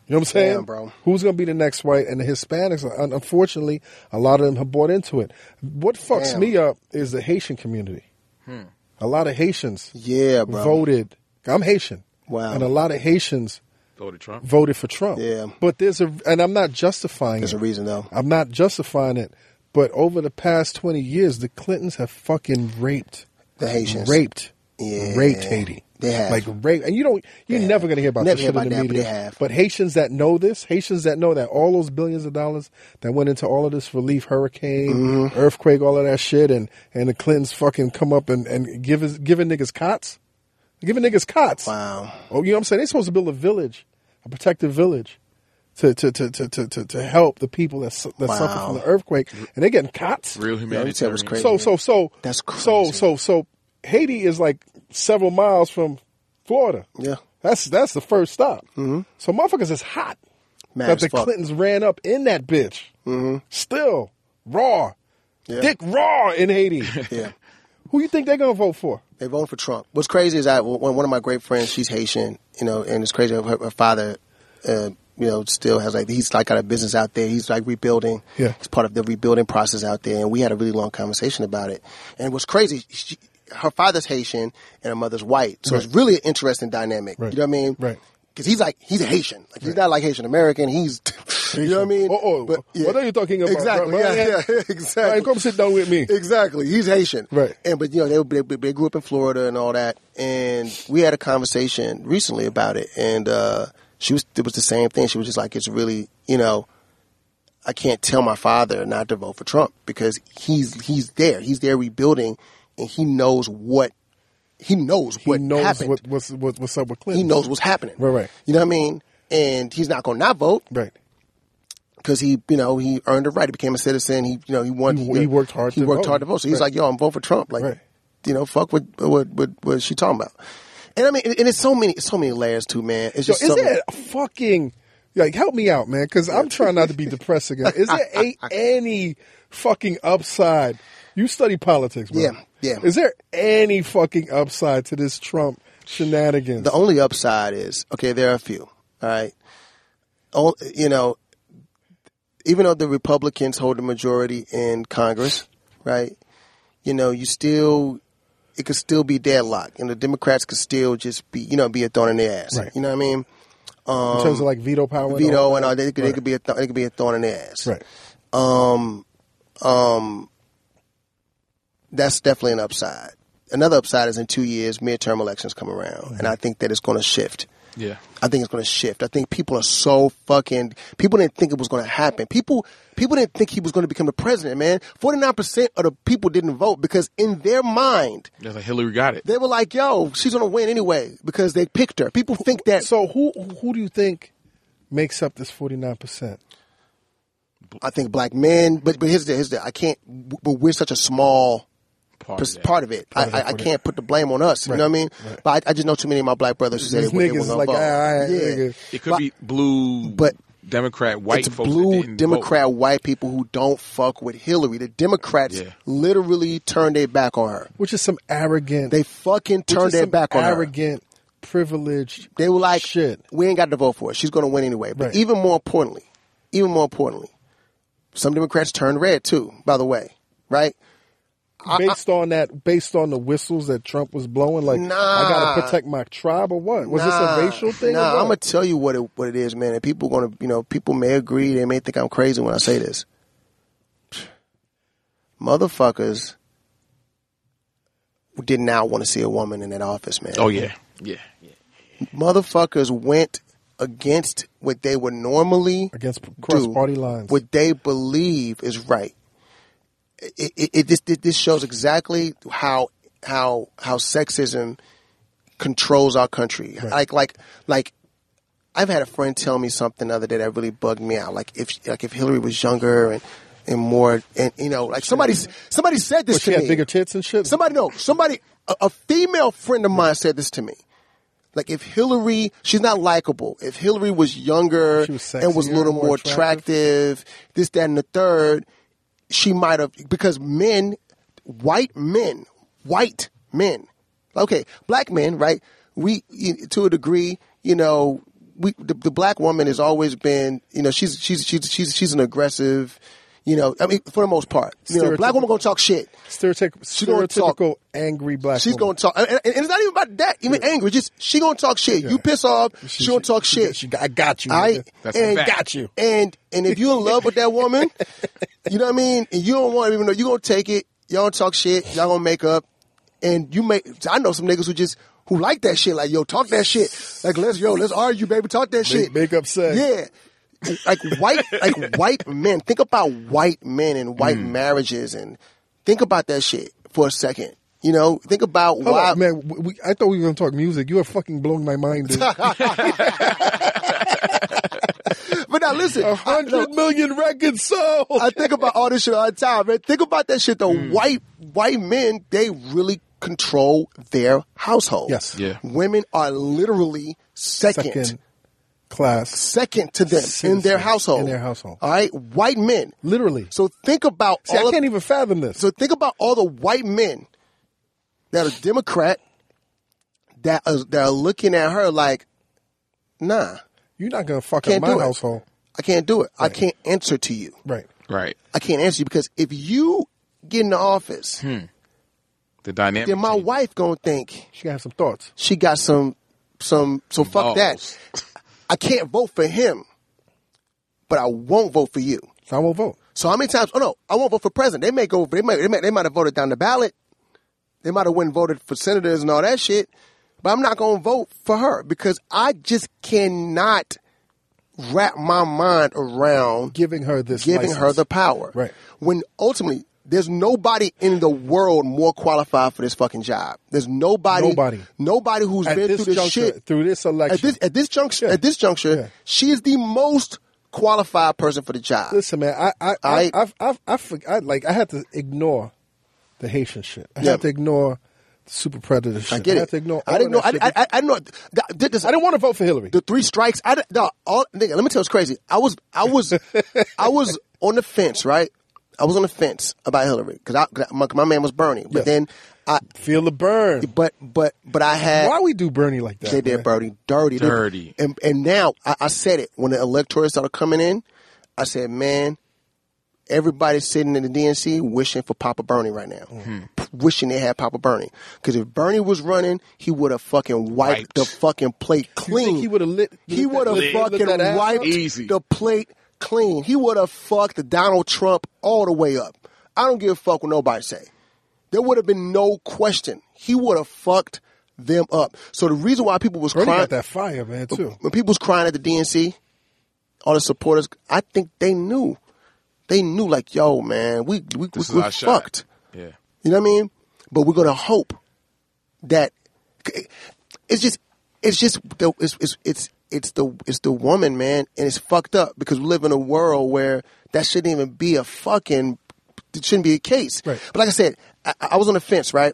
You know what I'm saying,
Damn, bro.
Who's going to be the next white? And the Hispanics, uh, un- unfortunately, a lot of them have bought into it. What fucks
Damn. Hmm.
me up is the Haitian community. A lot of Haitians
yeah, bro.
voted. I'm Haitian.
Wow.
And a lot of Haitians
Voted Trump.
voted for Trump.
Yeah.
But there's a, and I'm not justifying
There's
it.
a reason though.
I'm not justifying it. But over the past 20 years, the Clintons have fucking raped
The Haitians.
Raped.
Yeah.
Raped Haiti.
They have.
Like rape, and you don't. You're
They
never
have.
gonna hear about
Never
this
hear
shit
about
in the
that, but
media.
they have.
But Haitians that know this, Haitians that know that all those billions of dollars that went into all of this relief, hurricane,
Mm-hmm.
earthquake, all of that shit, and and the Clintons fucking come up and and give us- giving niggas cots, giving niggas cots.
Wow.
Oh, you know what I'm saying? They're supposed to build a village, a protective village, to to to to to to, to help the people that su- that suffer
Wow.
from the earthquake, and they're getting cots.
Yeah,
Real
you said it
humanitarian.
was crazy.
So so so
That's
So
crazy.
so so Haiti is like several miles from Florida.
Yeah.
That's that's the first stop. Mm-hmm. So motherfuckers is hot.
Mad
that
as
the
fuck.
Clintons ran up in that bitch. Mm-hmm. Still raw,
Yeah.
dick raw in Haiti.
Yeah.
Who you think they're gonna vote for?
They voted for Trump. What's crazy is I one one of my great friends, she's Haitian, you know, and it's crazy. Her, her father, uh, you know, still has like he's like got a business out there. He's like rebuilding.
Yeah.
it's part of the rebuilding process out there. And we had a really long conversation about it. And what's crazy, she, her father's Haitian and her mother's white, so it's
Right.
really an interesting dynamic.
Right.
You know what I mean?
Right.
Because he's like he's a Haitian, like he's not like Haitian American. He's you know what I mean?
Oh, oh, what are you talking about,
Exactly.
bro?
Yeah,
Yeah.
yeah, exactly.
All right, come sit down with me.
Exactly. He's Haitian.
Right.
And but you know they, they they grew up in Florida and all that. And we had a conversation recently about it, and uh, she was it was the same thing. She was just like, it's really you know. I can't tell my father not to vote for Trump because he's he's there. He's there rebuilding, and he knows what he knows
He
what
knows
happened.
what, what's what, what's up with Clinton.
he knows what's happening.
Right, right.
You know what I mean? And he's not going to not vote
Right.
because he, you know, he earned a right. He became a citizen. He, you know, he won.
He- he worked hard
He
to
worked
vote.
hard to vote. So he's
Right.
like, "Yo, I'm voting for Trump." Like,
Right.
you know, fuck what what what what is she talking about? And I mean, and it's so many, so many layers too, man. It's
Yo,
just
is
so many-
it fucking like help me out, man? Because I'm trying not to be depressed again. Is there a, any fucking upside? You study politics, bro.
Yeah, yeah.
Is there any fucking upside to this Trump shenanigans?
The only upside is okay. There are a few. All right, all, you know, even though the Republicans hold the majority in Congress, right? You know, you still it could still be deadlocked, and the Democrats could still just be you know be a thorn in their ass.
Right.
You know what I mean?
in terms of like veto power, and
Veto
all
and all that. It could,
uh,
it
Right.
could be a th- it could be a thorn in their ass.
right?
that's definitely an upside. Another upside is in two years, midterm elections come around,
Mm-hmm.
and I think that it's going to shift.
Yeah.
I think it's going to shift. I think people are so fucking. People didn't think it was going to happen. People, people didn't think he was going to become the president. Man, forty nine percent of the people didn't vote because in their mind
That's like Hillary got it.
they were like, "Yo, she's going to win anyway" because they picked her. People think that.
So who who do you think makes up this forty nine percent?
I think black men, but but here's the here's the. I can't. But we're such a small
Part
It's
of that.
part of it. I, I, I can't put the blame on us. You know what I mean? But I, I just know too many of my black brothers who said
These
they,
niggas
they were
is
gonna
like,
vote.
all right,
yeah.
nigga.
It could be blue,
but-
Democrat, white
it's
folks. that
blue
didn't
Democrat
vote.
white people who don't fuck with Hillary. The Democrats
Yeah.
literally turned their back on her.
Which is some arrogant.
They fucking
which is
turned their
some
back on her.
arrogant, privileged.
They were like,
shit.
we ain't got to vote for her. She's going to win anyway. But
Right.
even more importantly, even more importantly, some Democrats turned red too, by the way, right?
based on that, based on the whistles that Trump was blowing, like
Nah.
I gotta protect my tribe or what? Was this a racial thing?
Nah,
or
I'm gonna
what?
tell you what it what it is, man. And people gonna, you know, people may agree, they may think I'm crazy when I say this. Motherfuckers did not want to see a woman in that office, man.
Oh yeah, yeah.
Motherfuckers went against what they would normally
against cross
do,
party lines.
what they believe is right. It, it, it this this shows exactly how how how sexism controls our country. Like like like I've had a friend tell me something the other day that really bugged me out. Like if like if Hillary was younger and and more and you know like somebody somebody said this
But she
to
had
me.
bigger tits and shit.
Somebody no, somebody a, a female friend of mine said this to me. Like if Hillary, she's not likable. If Hillary was younger
She was
and was a
sexier,
little
more
more attractive, this, that, and the third, she might have because men, white men, white men, okay, black men, right? We you- to a degree, you know, we the, the black woman has always been, you know, she's she's she's she's she's an aggressive, you know, I mean for the most part, you know, black woman gonna talk shit.
Stereotyp-
She gonna talk-
stereotypical angry black.
She's
woman.
gonna talk, and, and and it's not even about that. Even angry, just she gonna talk shit. You piss off, she, gonna talk
she-
shit.
she- I got you,
I
nigga.
That's
and,
a fact.
Got you.
And and if you're in love with that woman, you know what I mean. And you don't want to even know. You gonna take it. Y'all gonna talk shit. Y'all gonna make up. And you make. I know some niggas who just who like that shit. Like yo, talk that shit. Like let's yo, let's argue, baby. Talk that shit.
make up sex.
Yeah. Like white, like white men. Think about white men and white
Mm.
marriages, and think about that shit for a second. You know, think about
Hold
why
on, man, we, we- I thought we were gonna talk music. You are fucking blowing my mind. Dude. A
But now listen, I,
hundred
no,
million records sold.
I think about all this shit all the time, man. Think about that shit
Mm.
though. White white men, they really control their household.
Yes.
Yeah.
Women are literally second
Second
second,
class,
to them in
Citizens
their household.
in their household.
All right? White men.
literally.
So think about
See, I
all of,
can't e- even fathom this.
so think about all the white men that are Democrat that are, that are looking at her like, nah,
You're not gonna fuck up
can't
my
do it.
household,
I can't do it. I can't answer to you.
right?
Right.
I can't answer you because if you get in the office,
The dynamic.
then my
change.
wife gonna think
She gotta have some thoughts.
she got some some so fuck
Balls.
that. I can't vote for him, but I won't vote for you.
So I won't vote.
So how many times? Oh no, I won't vote for president. They may go. They might. They might. They might have voted down the ballot. They might have went and voted for senators and all that shit. But I'm not gonna vote for her because I just cannot wrap my mind around
Giving her this,
giving
license.
her the power.
Right.
When ultimately there's nobody in the world more qualified for this fucking job. There's nobody
Nobody.
nobody who's
at
been
this
through this
juncture,
shit.
through this election.
At this at this juncture
Yeah.
at this juncture,
Yeah.
she is the most qualified person for the job.
Listen, man, I I I
I-
I've, I've, I, forg- I like I had to ignore the Haitian shit. I
Yeah.
had to ignore super predator shit.
I get
had
it.
to ignore all
I didn't know.
of
I,
that
I,
shit.
I, I didn't know. I did this.
I didn't want to vote for Hillary.
the three strikes. I didn't- no, all nigga. Let me tell you, it's crazy. I was, I was, I was on the fence, right? I was on the fence about Hillary because I, 'cause I- my, my man was Bernie, but
Yes.
then I,
Feel the burn.
but, but, but I had.
Why we do Bernie like that?
They
man?
did Bernie dirty, They-
Dirty.
And and now I, I said it when the electors started coming in. I said, man, everybody's sitting in the DNC wishing for Papa Bernie right now,
Hmm.
wishing they had Papa Bernie. Because if Bernie was running, he would have fucking wiped,
Wiped.
the fucking plate
You think
clean.
He would have lit.
He would have
lit- lit
fucking
that ass up?
wiped
Easy.
the plate clean. He would have fucked the Donald Trump all the way up. I don't give a fuck what nobody say. There would have been no question. He would have fucked them up. So the reason why people was
Bernie
crying
got that fire, man. Too.
when people was crying at the DNC, all the supporters, I think they knew. They knew like, yo, man, we we, we
This is
we're
our shot.
fucked.
Yeah.
You know what I mean? But we're gonna hope that it's just it's just the it's it's it's, it's the it's the woman, man, and it's fucked up because we live in a world where that shouldn't even be a fucking it shouldn't be a case.
Right.
But like I said, I, I was on the fence, right?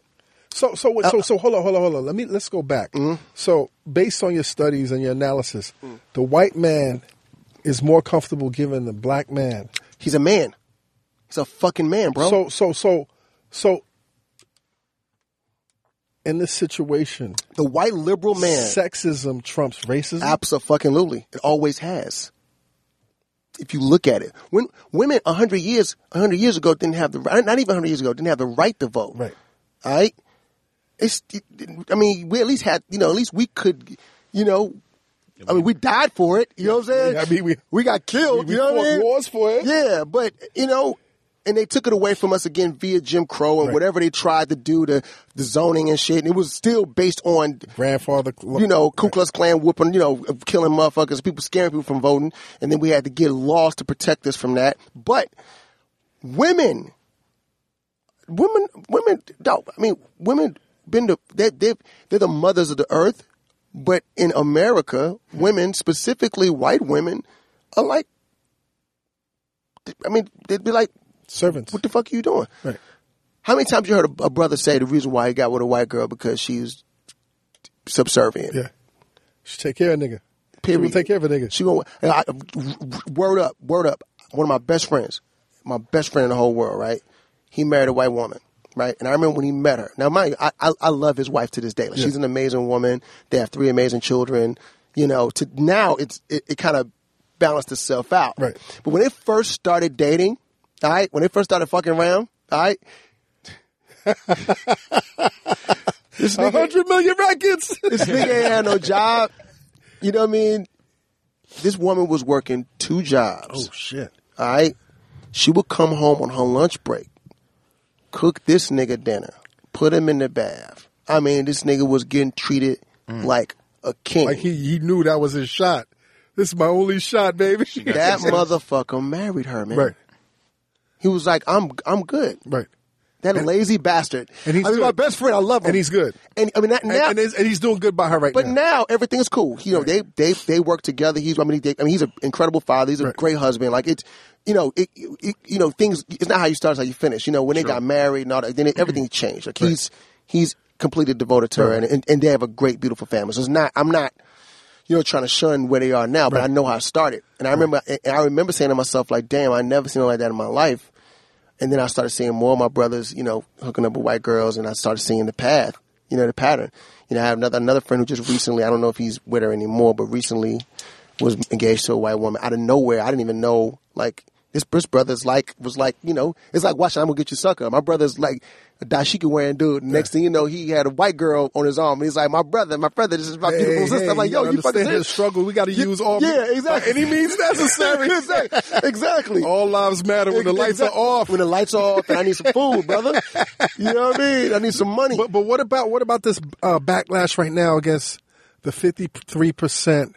So so
Uh,
what- so so hold on hold on hold on. Let me let's go back.
Mm-hmm.
So based on your studies and your analysis,
Mm.
the white man is more comfortable giving the black man.
He's a man. He's a fucking man, bro.
So so so so. In this situation,
the white liberal man,
sexism trumps racism.
absolutely, it always has. If you look at it, when women hundred years, hundred years ago didn't have the right- not even hundred years ago didn't have the right to vote.
right.
All right. It's, it- I mean, we at least had, you know, at least we could, you know, I mean, we died for it. You know what I'm saying?
Yeah, I mean, we-
got killed.
we
you know what I
fought
mean?
wars for it.
Yeah, but you know, and they took it away from us again via Jim Crow and
Right.
whatever they tried to do to the zoning and shit. And it was still based on
Grandfather.
you know, Ku Klux Klan whooping, you know, killing motherfuckers, people scaring people from voting, and then we had to get laws to protect us from that. But women, women, women, no, I mean, women been the they they they're the mothers of the earth, but in America, women, specifically white women, are like, I mean, they'd be like,
servants.
what the fuck are you doing?
Right.
How many times you heard a, a brother say the reason why he got with a white girl because she's subservient?
Yeah. Should take care of a nigga. She will
Period.
take care of a nigga.
She gonna and I, word up, word up. One of my best friends, my best friend in the whole world, right? He married a white woman, right? And I remember when he met her. Now, mind you, I, I, I love his wife to this day. Like, She's an amazing woman. They have three amazing children. You know, to now it's it, it kind of balanced itself out,
Right.
But when they first started dating, all right, when they first started fucking around, all right. this
A
nigga-
hundred million records.
this nigga ain't had no job. You know what I mean? This woman was working two jobs.
Oh, shit.
All right. She would come home on her lunch break, cook this nigga dinner, put him in the bath. I mean, this nigga was getting treated like a king.
Mm. Like he he knew that was his shot. This is my only shot, baby.
that motherfucker married her, man.
right,
He was like, "I'm, I'm good."
right.
That lazy bastard.
and he's
I mean,
good.
my best friend. I love him,
And he's good.
And I mean, that,
And,
now,
and, he's, and he's doing good by her right
But
now.
now everything's cool. You know, they they they work together. He's I mean, they, I mean he's an incredible father. He's a
Right.
great husband. Like it's you know it, it- you know things. It's not how you start, it's how you finish. You know when they got married and all that, then it, everything
Mm-hmm.
changed. Like he's he's completely devoted to her, and, and and they have a great, beautiful family. So it's not I'm not you know trying to shun where they are now, but I know how I started, and I remember and I remember saying to myself like, damn, I never seen it like that in my life. And then I started seeing more of my brothers, you know, hooking up with white girls, and I started seeing the path, you know, the pattern. You know, I have another another friend who just recently, I don't know if he's with her anymore, but recently was engaged to a white woman out of nowhere. I didn't even know, like, this, this brother's like, was like, you know, it's like watching I'm gonna get you sucker. My brother's like a dashiki wearing dude. Next thing you know, he had a white girl on his arm. And he's like, my brother, my brother, this is my
Hey,
beautiful
hey,
sister. I'm like,
you
yo,
gotta
you fucking
understand his
serious?
struggle. We got to use all
Yeah, exactly.
by any means necessary.
exactly. exactly.
All lives matter when the lights are
Exactly.
off.
When the lights are off, and I need some food, brother. You know what I mean? I need some money.
But but what about what about this uh, backlash right now against the fifty three percent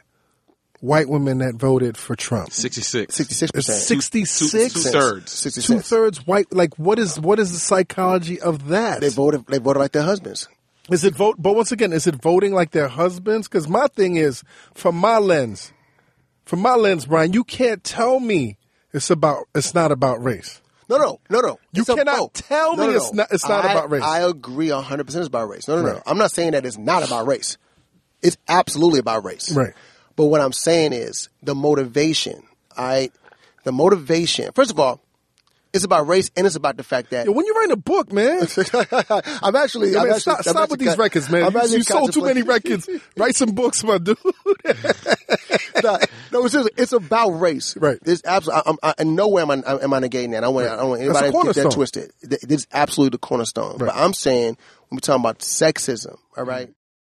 white women that voted for Trump?
Sixty-six.
Sixty-six
It's
percent.
sixty
Two
six.
thirds.
Two
Sixty-six.
thirds white. Like what is what is the psychology of that?
They voted. They voted like their husbands.
Is it vote? But once again, is it voting like their husbands? Because my thing is, from my lens, from my lens, Brian, you can't tell me it's about it's not about race.
No, no, no, no.
You
It's a
cannot
vote.
tell me it's not- it's not
I-
about race.
I agree 100 percent. It's about race. No, no, no.
Right.
I'm not saying that it's not about race. It's absolutely about race.
Right.
But what I'm saying is the motivation. I, the motivation. First of all, it's about race and it's about the fact that
Yo, when you write a book, man,
I'm actually.
Yeah,
I'm
man,
actually-
stop,
I'm
stop
actually
with these
con-
records, man.
I'm
You,
actually
you sold too many
contemplating-
records. Write some books, my dude.
Nah, no, seriously, it's about race.
Right.
There's absolutely. I'm, I, and nowhere am I, am I negating that. I don't want. I don't want
That's a
anybody to get that
cornerstone.
twisted. Th- This is absolutely the cornerstone. But I'm saying when we're talking about sexism, all right?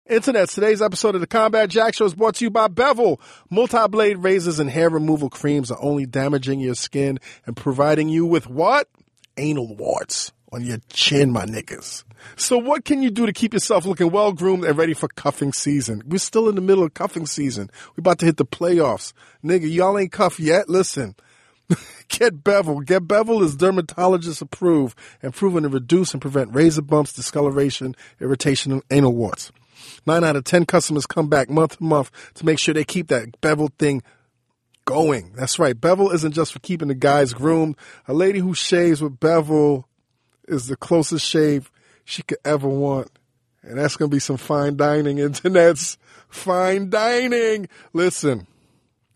Internet, today's episode of the Combat Jack Show is brought to you by Bevel. Multi-blade razors and hair removal creams are only damaging your skin and providing you with what? Anal warts on your chin, my niggas. So what can you do to keep yourself looking well groomed and ready for cuffing season? We're still in the middle of cuffing season. We're about to hit the playoffs. Nigga, y'all ain't cuffed yet. Listen. Get Bevel. Get Bevel is dermatologist approved and proven to reduce and prevent razor bumps, discoloration, irritation, and anal warts. Nine out of ten customers come back month to month to make sure they keep that Bevel thing going. That's right. Bevel isn't just for keeping the guys groomed. A lady who shaves with Bevel is the closest shave she could ever want. And that's going to be some fine dining, internets. Fine dining. Listen.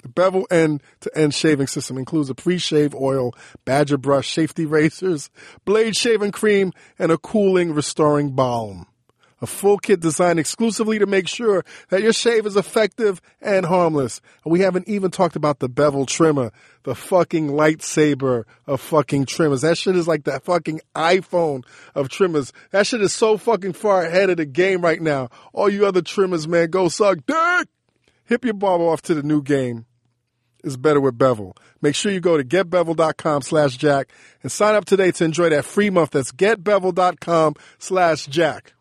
The bevel end to end shaving system includes a pre shave oil, badger brush, safety razors, blade shaving cream, and a cooling restoring balm. A full kit designed exclusively to make sure that your shave is effective and harmless. And we haven't even talked about the bevel trimmer, the fucking lightsaber of fucking trimmers. That shit is like that fucking iPhone of trimmers. That shit is so fucking far ahead of the game right now. All you other trimmers, man, go suck dick! Hip your barber off to the new game is better with Bevel. Make sure you go to getbevel.com slash jack and sign up today to enjoy that free month. That's getbevel.com slash jack.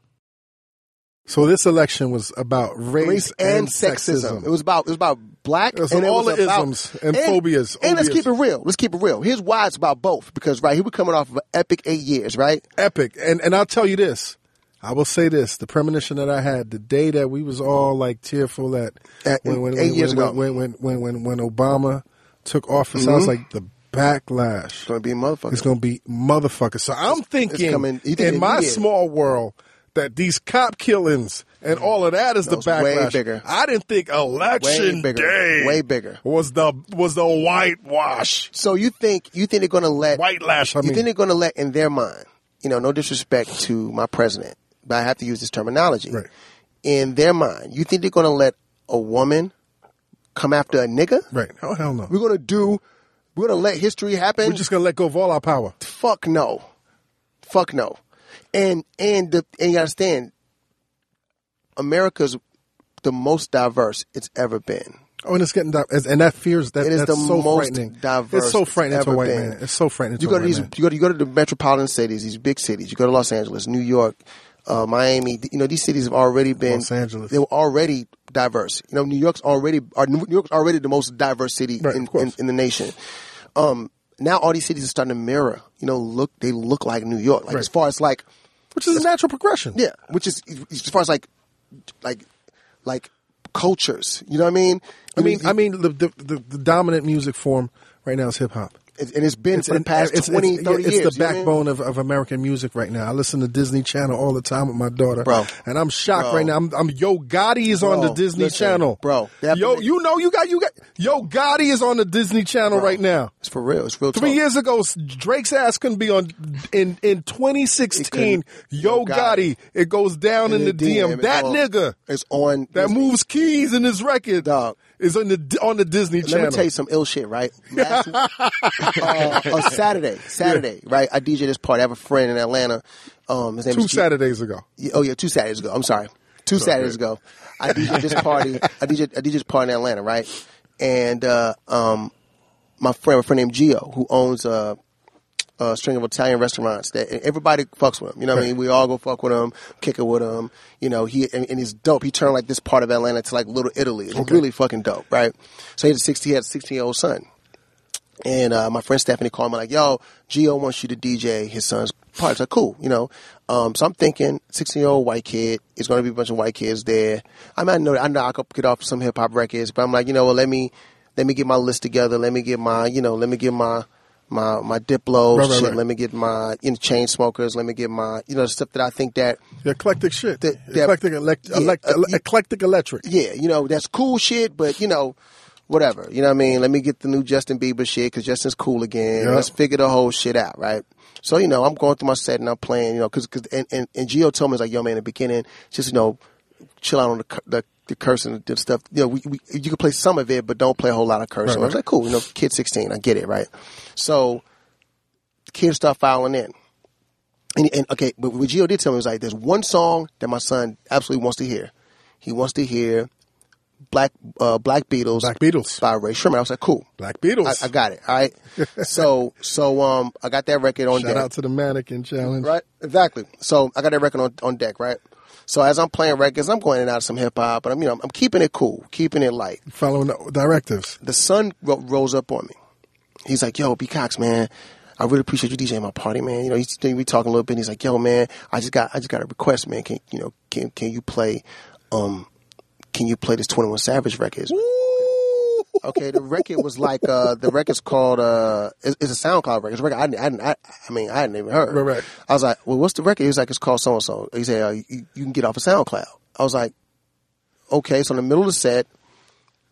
So this election was about race,
Race and, sexism. It was about. It was about black
It was
and it
all
was
the
about-
isms and phobias,
And let's
phobias.
keep it real. Let's keep it real. Here's why it's about both. Because right here we're coming off of an epic eight years, right?
Epic. And and I'll tell you this. I will say this: the premonition that I had the day that we was all like tearful at
At- eight years
when,
ago. Mm-hmm.
when, when when when when Obama took office, I was like the backlash.
It's gonna be a motherfucker.
It's going to be motherfuckers. So I'm thinking
coming- you think
in
it-
my
yeah.
small world that these cop killings and all of that is
Those
the
way
backlash.
bigger.
I didn't think election
Way bigger.
day
Way bigger.
was the was the whitewash.
so you think you think they're gonna let
White lash, I
you
mean.
think they're going to let in their mind, you know, no disrespect to my president, but I have to use this terminology.
Right.
In their mind, you think they're going to let a woman come after a nigga?
Right. Oh hell no.
We're going to do, we're going to let history happen?
We're just going to let go of all our power.
Fuck no. Fuck no. And, and, the, and you understand, America's the most diverse it's ever been.
Oh, and it's getting di- and that fears that
It is
that's
the
so
most
frightening.
diverse
it's so
it's
frightening to a
ever
white
been.
man. It's so frightening
You
to
go
a
to
white
these,
man.
you go to, you go to the metropolitan cities, these big cities. You go to Los Angeles, New York, uh, Miami. th- You know these cities have already been
Los Angeles.
They were already diverse. You know New York's already, or New York's already the most diverse city
Right,
in,
of course.
in, in the nation. Um, now all these cities are starting to mirror. You know, look they look like New York. Like
Right.
as far as like
Which is a natural progression.
yeah, which is as far as like like like cultures. You know what I mean?
I mean,
You-
I mean, the, the the the dominant music form right now is hip hop.
and it's been for the
in-
past
yeah,
twenty, thirty 20, 30
it's
years.
the
you know what I mean?
backbone of, of American music right now. I listen to Disney Channel all the time with my daughter,
Bro.
and I'm shocked
Bro.
right now. I'm, I'm Yo Gotti is on
Bro,
the Disney
listen,
Channel,
bro, that
Yo,
nigga-
you know you got you got Yo Gotti is on the Disney Channel right now.
It's for real. It's real.
Three
talk.
years ago, Drake's ass couldn't be on in in 2016.
It couldn't.
Yo
Yo Gotti.
Gotti, it goes down in the DM. That nigga
is on
that
Disney.
moves keys in his record
Dog.
is on the on the Disney
Let
Channel.
me tell you some ill shit, right? Last, uh, on Saturday, Saturday, right? I DJ this party. I have a friend in Atlanta. Um, his name
Two
is G-
Saturdays ago.
Yeah, oh yeah, two Saturdays ago. I'm sorry, two Saturdays ago. I DJ this party. I DJ I DJ this party in Atlanta, right? And uh, um, my friend, a friend named Gio, who owns a, a string of Italian restaurants that and everybody fucks with him. You know what I mean? We all go fuck with him, kick it with him. You know, he and, and he's dope. He turned like this part of Atlanta to like Little Italy. It's really fucking dope, right? So he had a sixty, he had a sixteen year old son. And uh, my friend Stephanie called me like, "Yo, Gio wants you to DJ his son's party." I said, "Cool, you know." Um, so I'm thinking, sixteen year old white kid. It's going to be a bunch of white kids there. I mean, I know, I know, I could get off some hip hop records, but I'm like, you know, what, let me let me get my list together. Let me get my, you know, let me get my my my Diplo
Right, right,
shit.
right.
Let me get my you know chain smokers. Let me get my you know stuff that I think that
The eclectic shit.
The- the-
eclectic, elect,
yeah,
elect,
uh, you-
eclectic electric.
yeah you know that's cool shit. But you know whatever you know what I mean. Let me get the new Justin Bieber shit because Justin's cool again.
Yeah.
Let's figure the whole shit out right. So you know I'm going through my set and I'm playing you know because and, and and Gio told me it's like yo man in the beginning just you know chill out on the cur- the, the curse and the stuff. You know, we, we you can play some of it, but don't play a whole lot of curse.
Right,
So I was
right.
like, cool, you know, kid sixteen, I get it, right? So kids start filing in. And, and okay, but what Gio did tell me was like, there's one song that my son absolutely wants to hear. He wants to hear Black uh, Black Beatles,
Black Beatles.
by Ray Sherman. I was like, cool,
Black
I,
Beatles.
I got it. All right, so so um, I got that record on
Shout
deck.
out to the mannequin challenge.
Right, exactly. So I got that record on, on deck, right? So as I'm playing records, I'm going in and out of some hip hop, but I'm you know I'm keeping it cool, keeping it light.
Following the directives.
The sun ro- rolls up on me. He's like, "Yo, B Cox, man, I really appreciate you DJing my party, man. You know, he's, we talking a little bit. And he's like, "Yo, man, I just got I just got a request, man. Can you know can can you play, um, can you play this Twenty One Savage record?" Okay, the record was like uh, the record's called uh, it's, it's a SoundCloud record. It's a record I didn't, I, didn't, I, I mean I hadn't even heard.
Right, right.
I was like, well, what's the record? He was like, it's called so and so. He said, uh, you, you can get off of SoundCloud. I was like, okay. So in the middle of the set,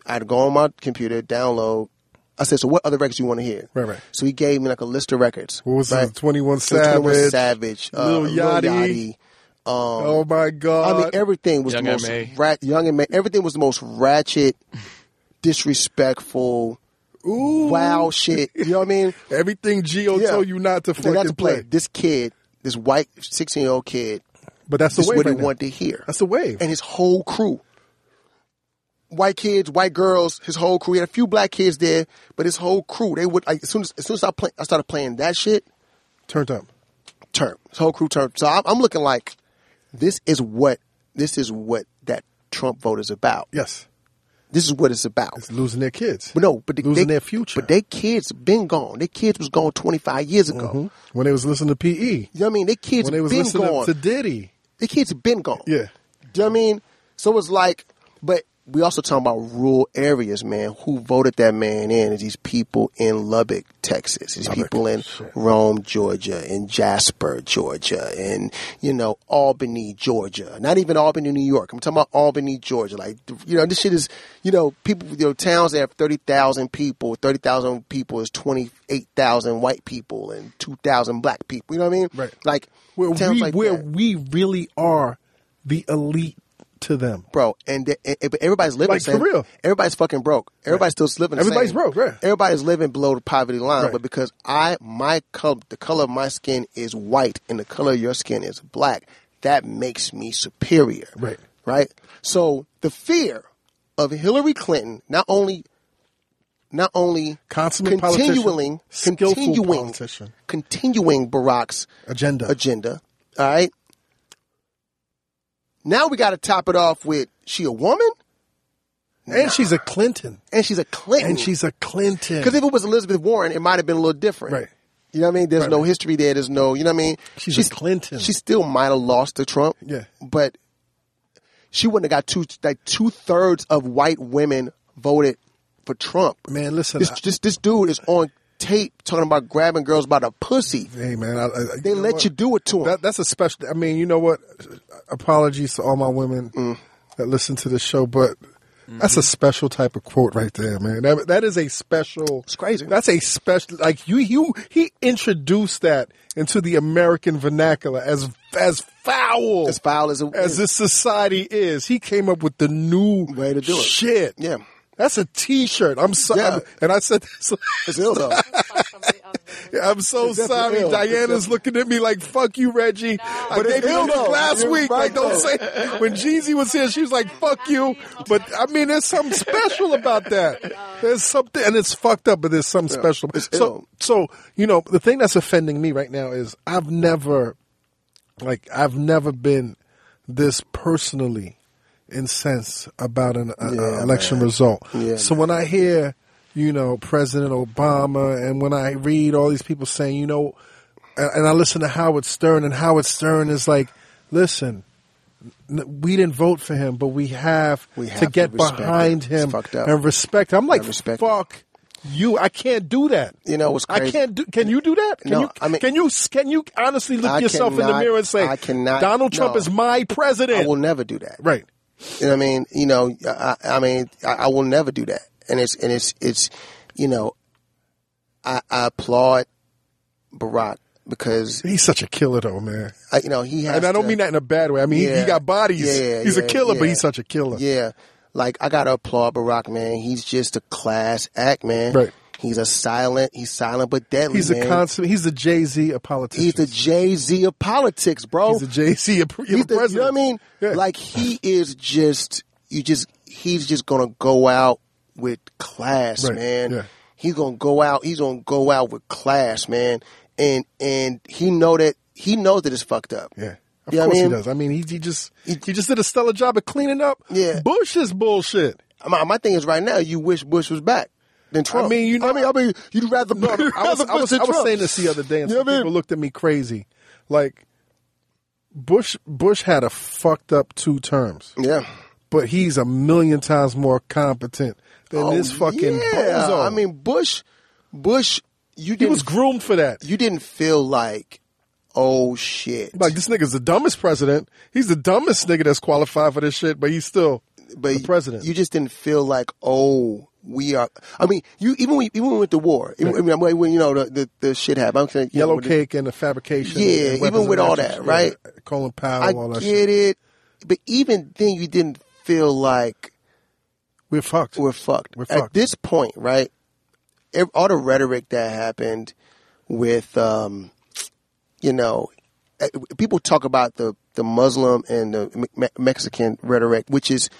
I had to go on my computer, download. I said, so what other records you want to hear?
Right, right.
So he gave me like a list of records.
What was
right?
it? 21
So 21
Savage.
Savage, uh,
Lil
Lil
Yachty.
Yachty.
oh my
I
God.
mean, everything was
Young
the most
M.A..
ra- young and everything was the most ratchet, disrespectful, wow shit. You know what I mean?
Everything Geo
Yeah.
told you not to
They
fucking
got to play.
play.
This kid, this white sixteen year old kid,
But that's the
this is
wave.
what he
right now.
wanted to hear,
That's the wave.
and his whole crew. White kids, white girls, his whole crew. He had a few black kids there, but his whole crew. They would like, as soon as as soon as I play, I started playing that shit.
Turned up.
Turn His whole crew turned. So I'm, I'm looking like this is what this is what that Trump vote is about.
Yes.
This is what it's about.
It's losing their kids.
But no, but they,
losing
they-
their future.
But they kids been gone. Their kids was gone 25 years ago.
Mhm. When they was listening to PE.
You know what I mean? Their kids
When they was
been
listening
gone.
to Diddy.
their kids been gone.
Yeah.
Do you know what I mean? So it's like, but we also talking about rural areas, man. Who voted that man in? Is these people in Lubbock, Texas? These people in Rome, Georgia, in Jasper, Georgia, in you know Albany, Georgia. Not even Albany, New York. I'm talking about Albany, Georgia. Like you know, this shit is you know people, you know towns that have thirty thousand people. Thirty thousand people is twenty eight thousand white people and two thousand black people. You know what I mean?
Right.
Like
Where,
towns
we,
like
where
that.
we really are the elite to them.
bro. And, the- and, and- but everybody's living
Like,
the same.
for real.
Everybody's fucking broke. Everybody's still living. The
Everybody's
same.
broke, right.
Everybody's living below the poverty line.
Right.
But because I my color, the color of my skin is white, and the color of your skin is black, that makes me superior.
Right.
Right. So the fear of Hillary Clinton not only not only
Consummate politician,
continuing
skillful
continuing
politician.
continuing Barack's
Agenda.
agenda. All right. Now we got to top it off with she a woman
and she's a Clinton.
and she's a Clinton.
And she's a Clinton.
because if it was Elizabeth Warren, it might have been a little different.
Right.
You know what I mean? There's
Right,
no
right.
history there. There's no. You know what I mean?
She's a Clinton.
She still might have lost to Trump.
Yeah.
But she wouldn't have got two like two thirds of white women voted for Trump.
Man, listen.
This, this this dude is on tape talking about grabbing girls by the pussy.
I- hey, man. I, I,
They
know
let
what?
you do it to him.
That, that's a special. I mean, you know what? Apologies to all my women that listen to this show, but that's a special type of quote right there, man. That, that is a special.
It's crazy.
That's a special. Like you, you, he introduced that into the American vernacular as as foul
as foul as it
as
is.
this society is. He came up with the new
Way to do it.
Shit.
Yeah.
That's a T-shirt. I'm sorry,
Yeah.
and I said this.
It's ill though.
I'm so
It's definitely
sorry.
ill.
Diana's looking at me like, fuck you, Reggie. I
But it's
gave you
ill,
this
though.
last
You're
week. like,
right,
don't
though.
say. When Jeezy was here, she was like, fuck you. But, I mean, there's something special about that. There's something, and it's fucked up, but there's something special. So,
ill.
so, you know, the thing that's offending me right now is I've never, like, I've never been this personally incensed about an a- a
Yeah,
election result.
Yeah,
so when I hear, you know, President Obama, and when I read all these people saying, you know, and, and I listen to Howard Stern, and Howard Stern is like, listen, n- we didn't vote for him, but we have,
We have
to
to
get
respect
behind
it. It's
him
fucked up.
and respect. him." I'm like,
respect it.
fuck you. I can't do that.
You know what's
I
crazy?
can't do. Can you do that? Can
No,
you,
I mean-
can you can you honestly look
I
yourself in the
cannot-
mirror and say,
I cannot-
Donald Trump
no.
is my
I
president?
will never do that.
right.
You know what I mean? You know, I, I mean, I, I will never do that. And it's and it's it's, you know, I, I applaud Barack because
He's such a killer, though, man.
I, you know he has.
And I don't
to-
mean that in a bad way. I mean, he- he,
Yeah.
got bodies.
Yeah,
he's a
yeah,
killer, but
yeah.
he's such a killer.
Yeah, like I gotta applaud Barack, man. He's just a class act, man.
Right.
He's a silent. He's silent but deadly.
He's
man.
a constant. He's the Jay Z of politics.
He's the Jay Z of politics, bro.
He's the Jay Z of
He's
president.
the- you know what I mean?
Yeah.
Like he is just you just he's just gonna go out with class,
Right,
man.
yeah.
He's gonna go out. He's gonna go out with class, man. And and he know that he knows that it's fucked up.
Yeah. Of
You know what
course
I
he
mean?
does. I mean, he, he just he, just did a stellar job of cleaning up
Yeah.
Bush's bullshit.
My, my thing is right now. You wish Bush was back than Trump.
I mean, you know-
I mean, I mean, you'd rather.
No, I, mean, I was, I, was, I was saying this the other day, and
You know
some
what I mean?
people looked at me crazy. Like Bush, Bush had a fucked up two terms,
Yeah.
but he's a million times more competent than this fucking
Oh, yeah.
bozo.
I mean, Bush, Bush, you
he
didn't,
was groomed for that.
you didn't feel like, oh shit.
Like this nigga's the dumbest president. He's the dumbest nigga that's qualified for this shit, but he's still
but
the president.
You just didn't feel like, oh, we are. I mean, you even when, even when we went to war, even, I mean, when you know the the, the shit happened. I'm saying, you know,
Yellow
with the-
cake and the fabrication.
Yeah,
and
even
weapons of
with all
mass
that,
destruction.
right?
Yeah, Colin Powell,
I
all that
get
shit.
it, but even then, you didn't feel like
We're fucked.
we're fucked.
We're
At
fucked.
this point, right? ev- All the rhetoric that happened with, um, you know, eh, people talk about the the Muslim and the Me- Me- Mexican rhetoric, which is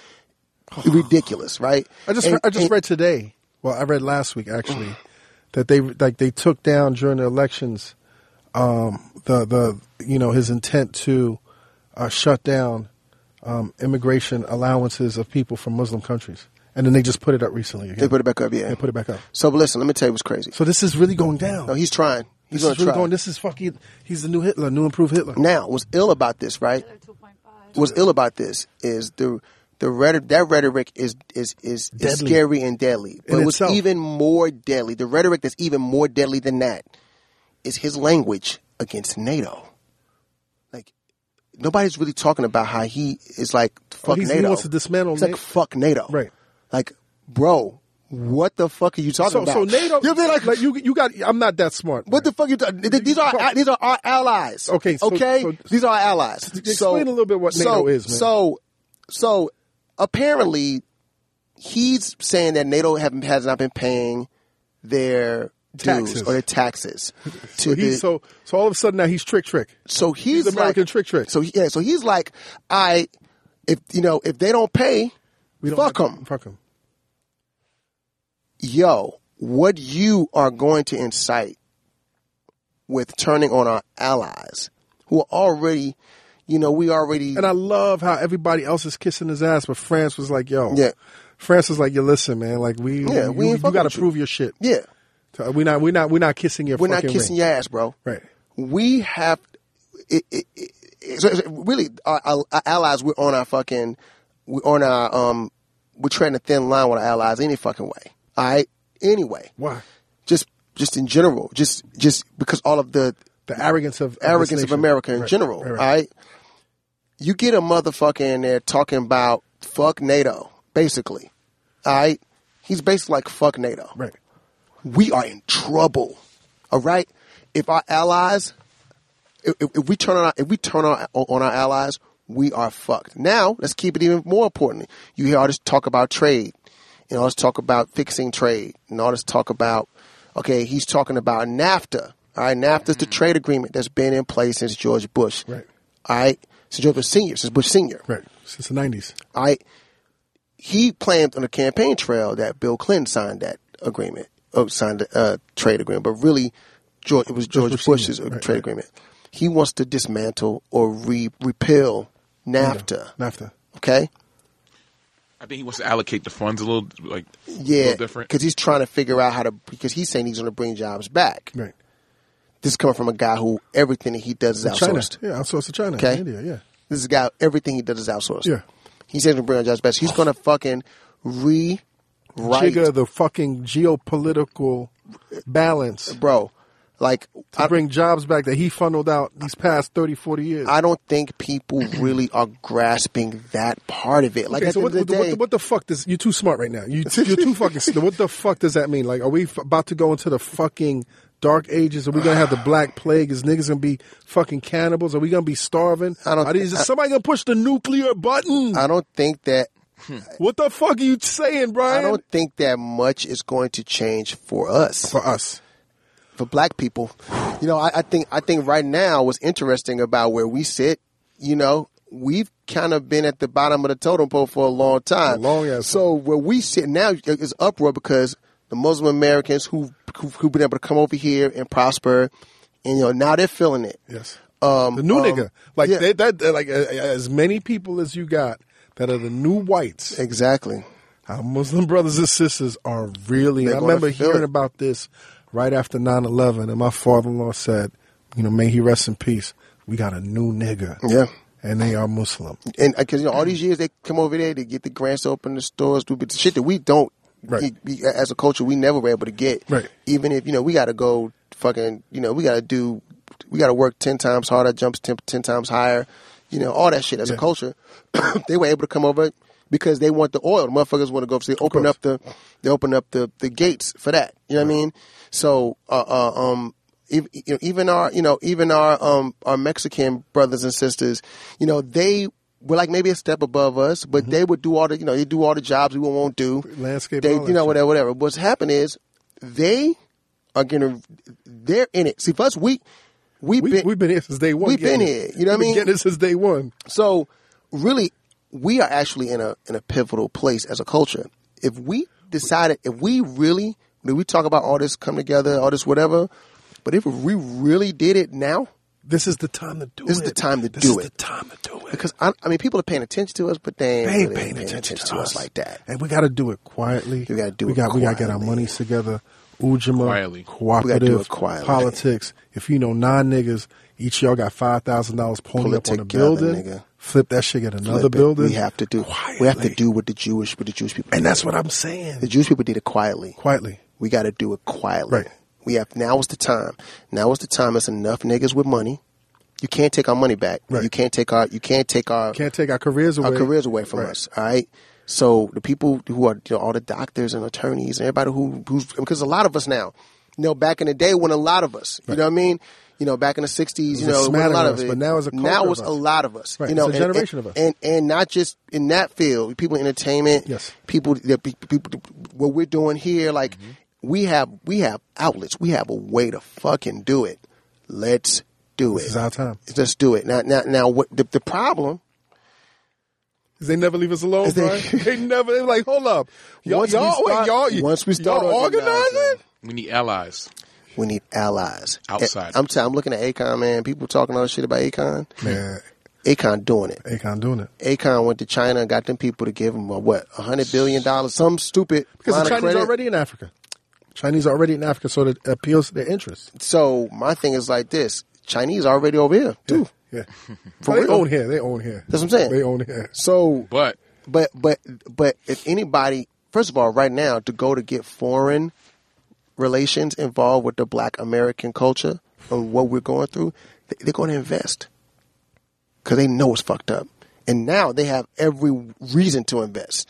ridiculous, right?
I just
And-
I just
and-
read today. Well, I read last week actually that they like they took down during the elections um, the the you know his intent to uh, shut down um, immigration allowances of people from Muslim countries, and then they just put it up recently. Again.
They put it back up, yeah.
They put it back up.
So but listen, let me tell you what's crazy.
So this is really going down.
No, he's trying.
this
He's gonna
is really
try.
going. This is fucking. He's the new Hitler, new improved Hitler.
now, what's ill about this, right? What's ill about this is the the rhetoric. That rhetoric is is is, is
Deadly.
scary and deadly. But what's
itself.
even more deadly, the rhetoric that's even more deadly than that, is his language against NATO. Like nobody's really talking about how he is like fuck
Oh, he's- he
NATO.
wants to dismantle
He's
Na-
like fuck NATO.
Right.
Like, bro, what the fuck are you talking
So
about?
so NATO.
You know what I'm saying? Like,
you you got. I'm not that smart.
What the fuck you talking? These are our, these are our allies.
Okay, so-
okay.
so-
these are our allies.
Explain a
so,
little bit what
so,
NATO is, man.
So, so apparently, he's saying that NATO have, has not been paying their dues
Taxes.
or their taxes to
So,
the,
he's, so so all of a sudden now he's trick trick.
so he's,
He's American
like,
trick trick.
So he- yeah, so he's like, I if you know if they don't pay,
We don't
fuck
have-
them.
Fuck him.
yo, what you are going to incite with turning on our allies who are already, you know, we already,
And I love how everybody else is kissing his ass, but France was like, "Yo,
Yeah.
France was like, "Yo, listen, man, like we,
Yeah,
you,
we
you
ain't fucking
got to
with you.
prove your shit.
yeah,
We're not, we're not, we're not kissing your.
we're not
fucking
kissing
ring.
your ass, bro.
Right.
We have, it, it, it, so it's- really, our, our our allies, we're on our fucking, we're on our, um, we're treading a thin line with our allies any fucking way. All right. Anyway,
Why?
just, just in general, just, just because all of the,
The arrogance of, of this
arrogance of
nation.
America in
Right,
general,
right,
right,
right.
You get a motherfucker in there talking about fuck NATO, basically. All right? He's basically like fuck NATO.
Right.
We are in trouble. All right? If our allies if, if if we turn on our, if we turn on, on our allies, we are fucked. Now, let's keep it even more importantly. You hear all this talk about trade, and all this talk about fixing trade, and all this talk about okay, he's talking about NAFTA. All right, NAFTA's the trade agreement that's been in place since George Bush.
Right.
All right, since George Bush Senior, since Bush Senior.
Right. Since the nineties.
All right, he claimed on the campaign trail that Bill Clinton signed that agreement, oh, signed the uh, trade agreement, but really, George, it was George
Bush
Bush's
Senior, right,
trade
right.
agreement. He wants to dismantle or re- repeal NAFTA.
NAFTA.
Okay,
I think he wants to allocate the funds a little like a
yeah,
little different.
because he's trying to figure out how to. Because he's saying he's going to bring jobs back.
Right.
This is coming from a guy who everything that he does is
China.
outsourced.
Yeah, outsourced to China.
Okay.
India. Yeah.
This is a guy. Everything he does is outsourced.
Yeah.
He says to bring on Josh Best. He's going to fucking re Right.
jigger the fucking geopolitical balance
bro. Like
to
I,
bring jobs back that he funneled out these past 30, 40 years.
I don't think people really are grasping that part of it. Like
Okay,
at
so
the
what,
end of the
what-
day,
what the fuck does you're too smart right now? You you're too fucking. s- What the fuck does that mean? Like, are we f- about to go into the fucking dark ages? Are we gonna have the black plague? Is niggas gonna be fucking cannibals? Are we gonna be starving?
I don't-
Are these, is somebody gonna push the nuclear button?
I don't think that
what the fuck are you saying, Brian?
I don't think that much is going to change for us,
For us,
for black people. You know, I, I think I think right now what's interesting about where we sit, you know, we've kind of been at the bottom of the totem pole for a long time.
long ass
so where we sit now is uproar because the Muslim Americans who who've, who've been able to come over here and prosper, and you know now they're feeling it.
yes.
Um,
the new
um,
nigga, like
yeah.
they, that, like uh, as many people as you got that are the new whites.
Exactly.
Our Muslim brothers and sisters are really.
They're
I
gonna
remember
feel
hearing
it.
about this right after 9 11, and my father in law said, you know, may he rest in peace. We got a new nigga.
Yeah.
And they are Muslim.
and because you know all these years they come over there to get the grants to open the stores, do but the shit that we don't,
Right.
we- we- as a culture, we never were able to get.
Right.
Even if you know we got to go fucking, you know we got to do, we got to work ten times harder, jumps ten, 10 times higher, you know all that shit as a
Yeah.
culture. they were able to come over because they want the oil. The motherfuckers want to go. So they open
course.
up the, they open up the the gates for that. You know what I mean? So uh, uh, um. ev- you know, Even our, you know, even our um our Mexican brothers and sisters, you know, they were like maybe a step above us, but they would do all the, you know, they do all the jobs we won't do.
Mm-hmm. Landscape,
they,
all that
you know,
shit.
whatever, whatever. What's happened is they are gonna, they're in it. See, for us, we we've
We,
been
we've been here since day one.
We've been
getting
here. You know what I
We've
mean?
been Getting it since day one.
so really, we are actually in a in a pivotal place as a culture. If we decided, if we really, when we talk about all this come together, all this whatever, but if we really did it now,
This is the time to do it.
This is the time to
This
do
is
it.
the time to do it.
because I, I mean, people are paying attention to us, but they ain't,
they ain't
really
paying attention to us
like that.
And we got to do it quietly.
We gotta do
we
it
got, We got to get our
quietly.
monies together. Ujima,
Quietly.
cooperative
We gotta do it quietly.
politics. If you know nine niggas, each y'all got five thousand dollars pulling
Pull it
up on a
together,
building.
nigga.
Flip that shit at another
Flip it.
building.
We have to do.
Quietly.
We have to do what the Jewish, what the Jewish people.
And
did.
that's what I'm
the
saying.
Jewish people did it quietly.
Quietly.
We got to do it quietly.
Right.
We have now is the time. Now is the time. It's enough niggas with money. You can't take our money back.
Right.
You can't take our. You can't take our
Can't take our careers away.
our careers away from
Right.
us. All right. So the people who are you know, all the doctors and attorneys and everybody who who's because a lot of us now, you know, back in the day when a lot of us, you know what I mean. You know, back in the '60s,
was a
you know, it was a
smattering
lot
of
of
us,
it.
but now it's a
now
culture
it's
of
a
us.
lot of us.
Right,
You know,
it's a
and-
generation
and,
of us.
and and not just in that field. People in entertainment,
Yes.
People, the pe- people, what we're doing here, like
Mm-hmm.
we have we have outlets. We have a way to fucking do it. Let's do
This is
it.
our time.
Let's do it now. Now, now, what the, the problem
'Cause They never leave us alone,
Is they-
Brian. They never. They're like, hold up, y'all,
Once we
y'all, wait,
start-
y'all,
once we start
y'all organizing,
organizing.
We need allies.
We need allies
Outside.
And I'm t- I'm looking at Akon, man. People talking all this shit about Akon.
man,
Akon doing it.
Akon doing it.
Akon went to China and got them people to give him a, what a hundred billion dollars, some stupid
Because the
line of
Chinese
credit.
are already in Africa. Chinese are already in Africa, so it appeals to their interests.
So my thing is like this: Chinese already over here too.
Yeah.
For
they
real.
own here. They own here.
That's what I'm saying.
They own here.
So,
But
but but but if anybody, first of all, right now to go to get foreign relations involved with the Black American culture and what we're going through, they- they're going to invest. because they know it's fucked up. And now they have every reason to invest.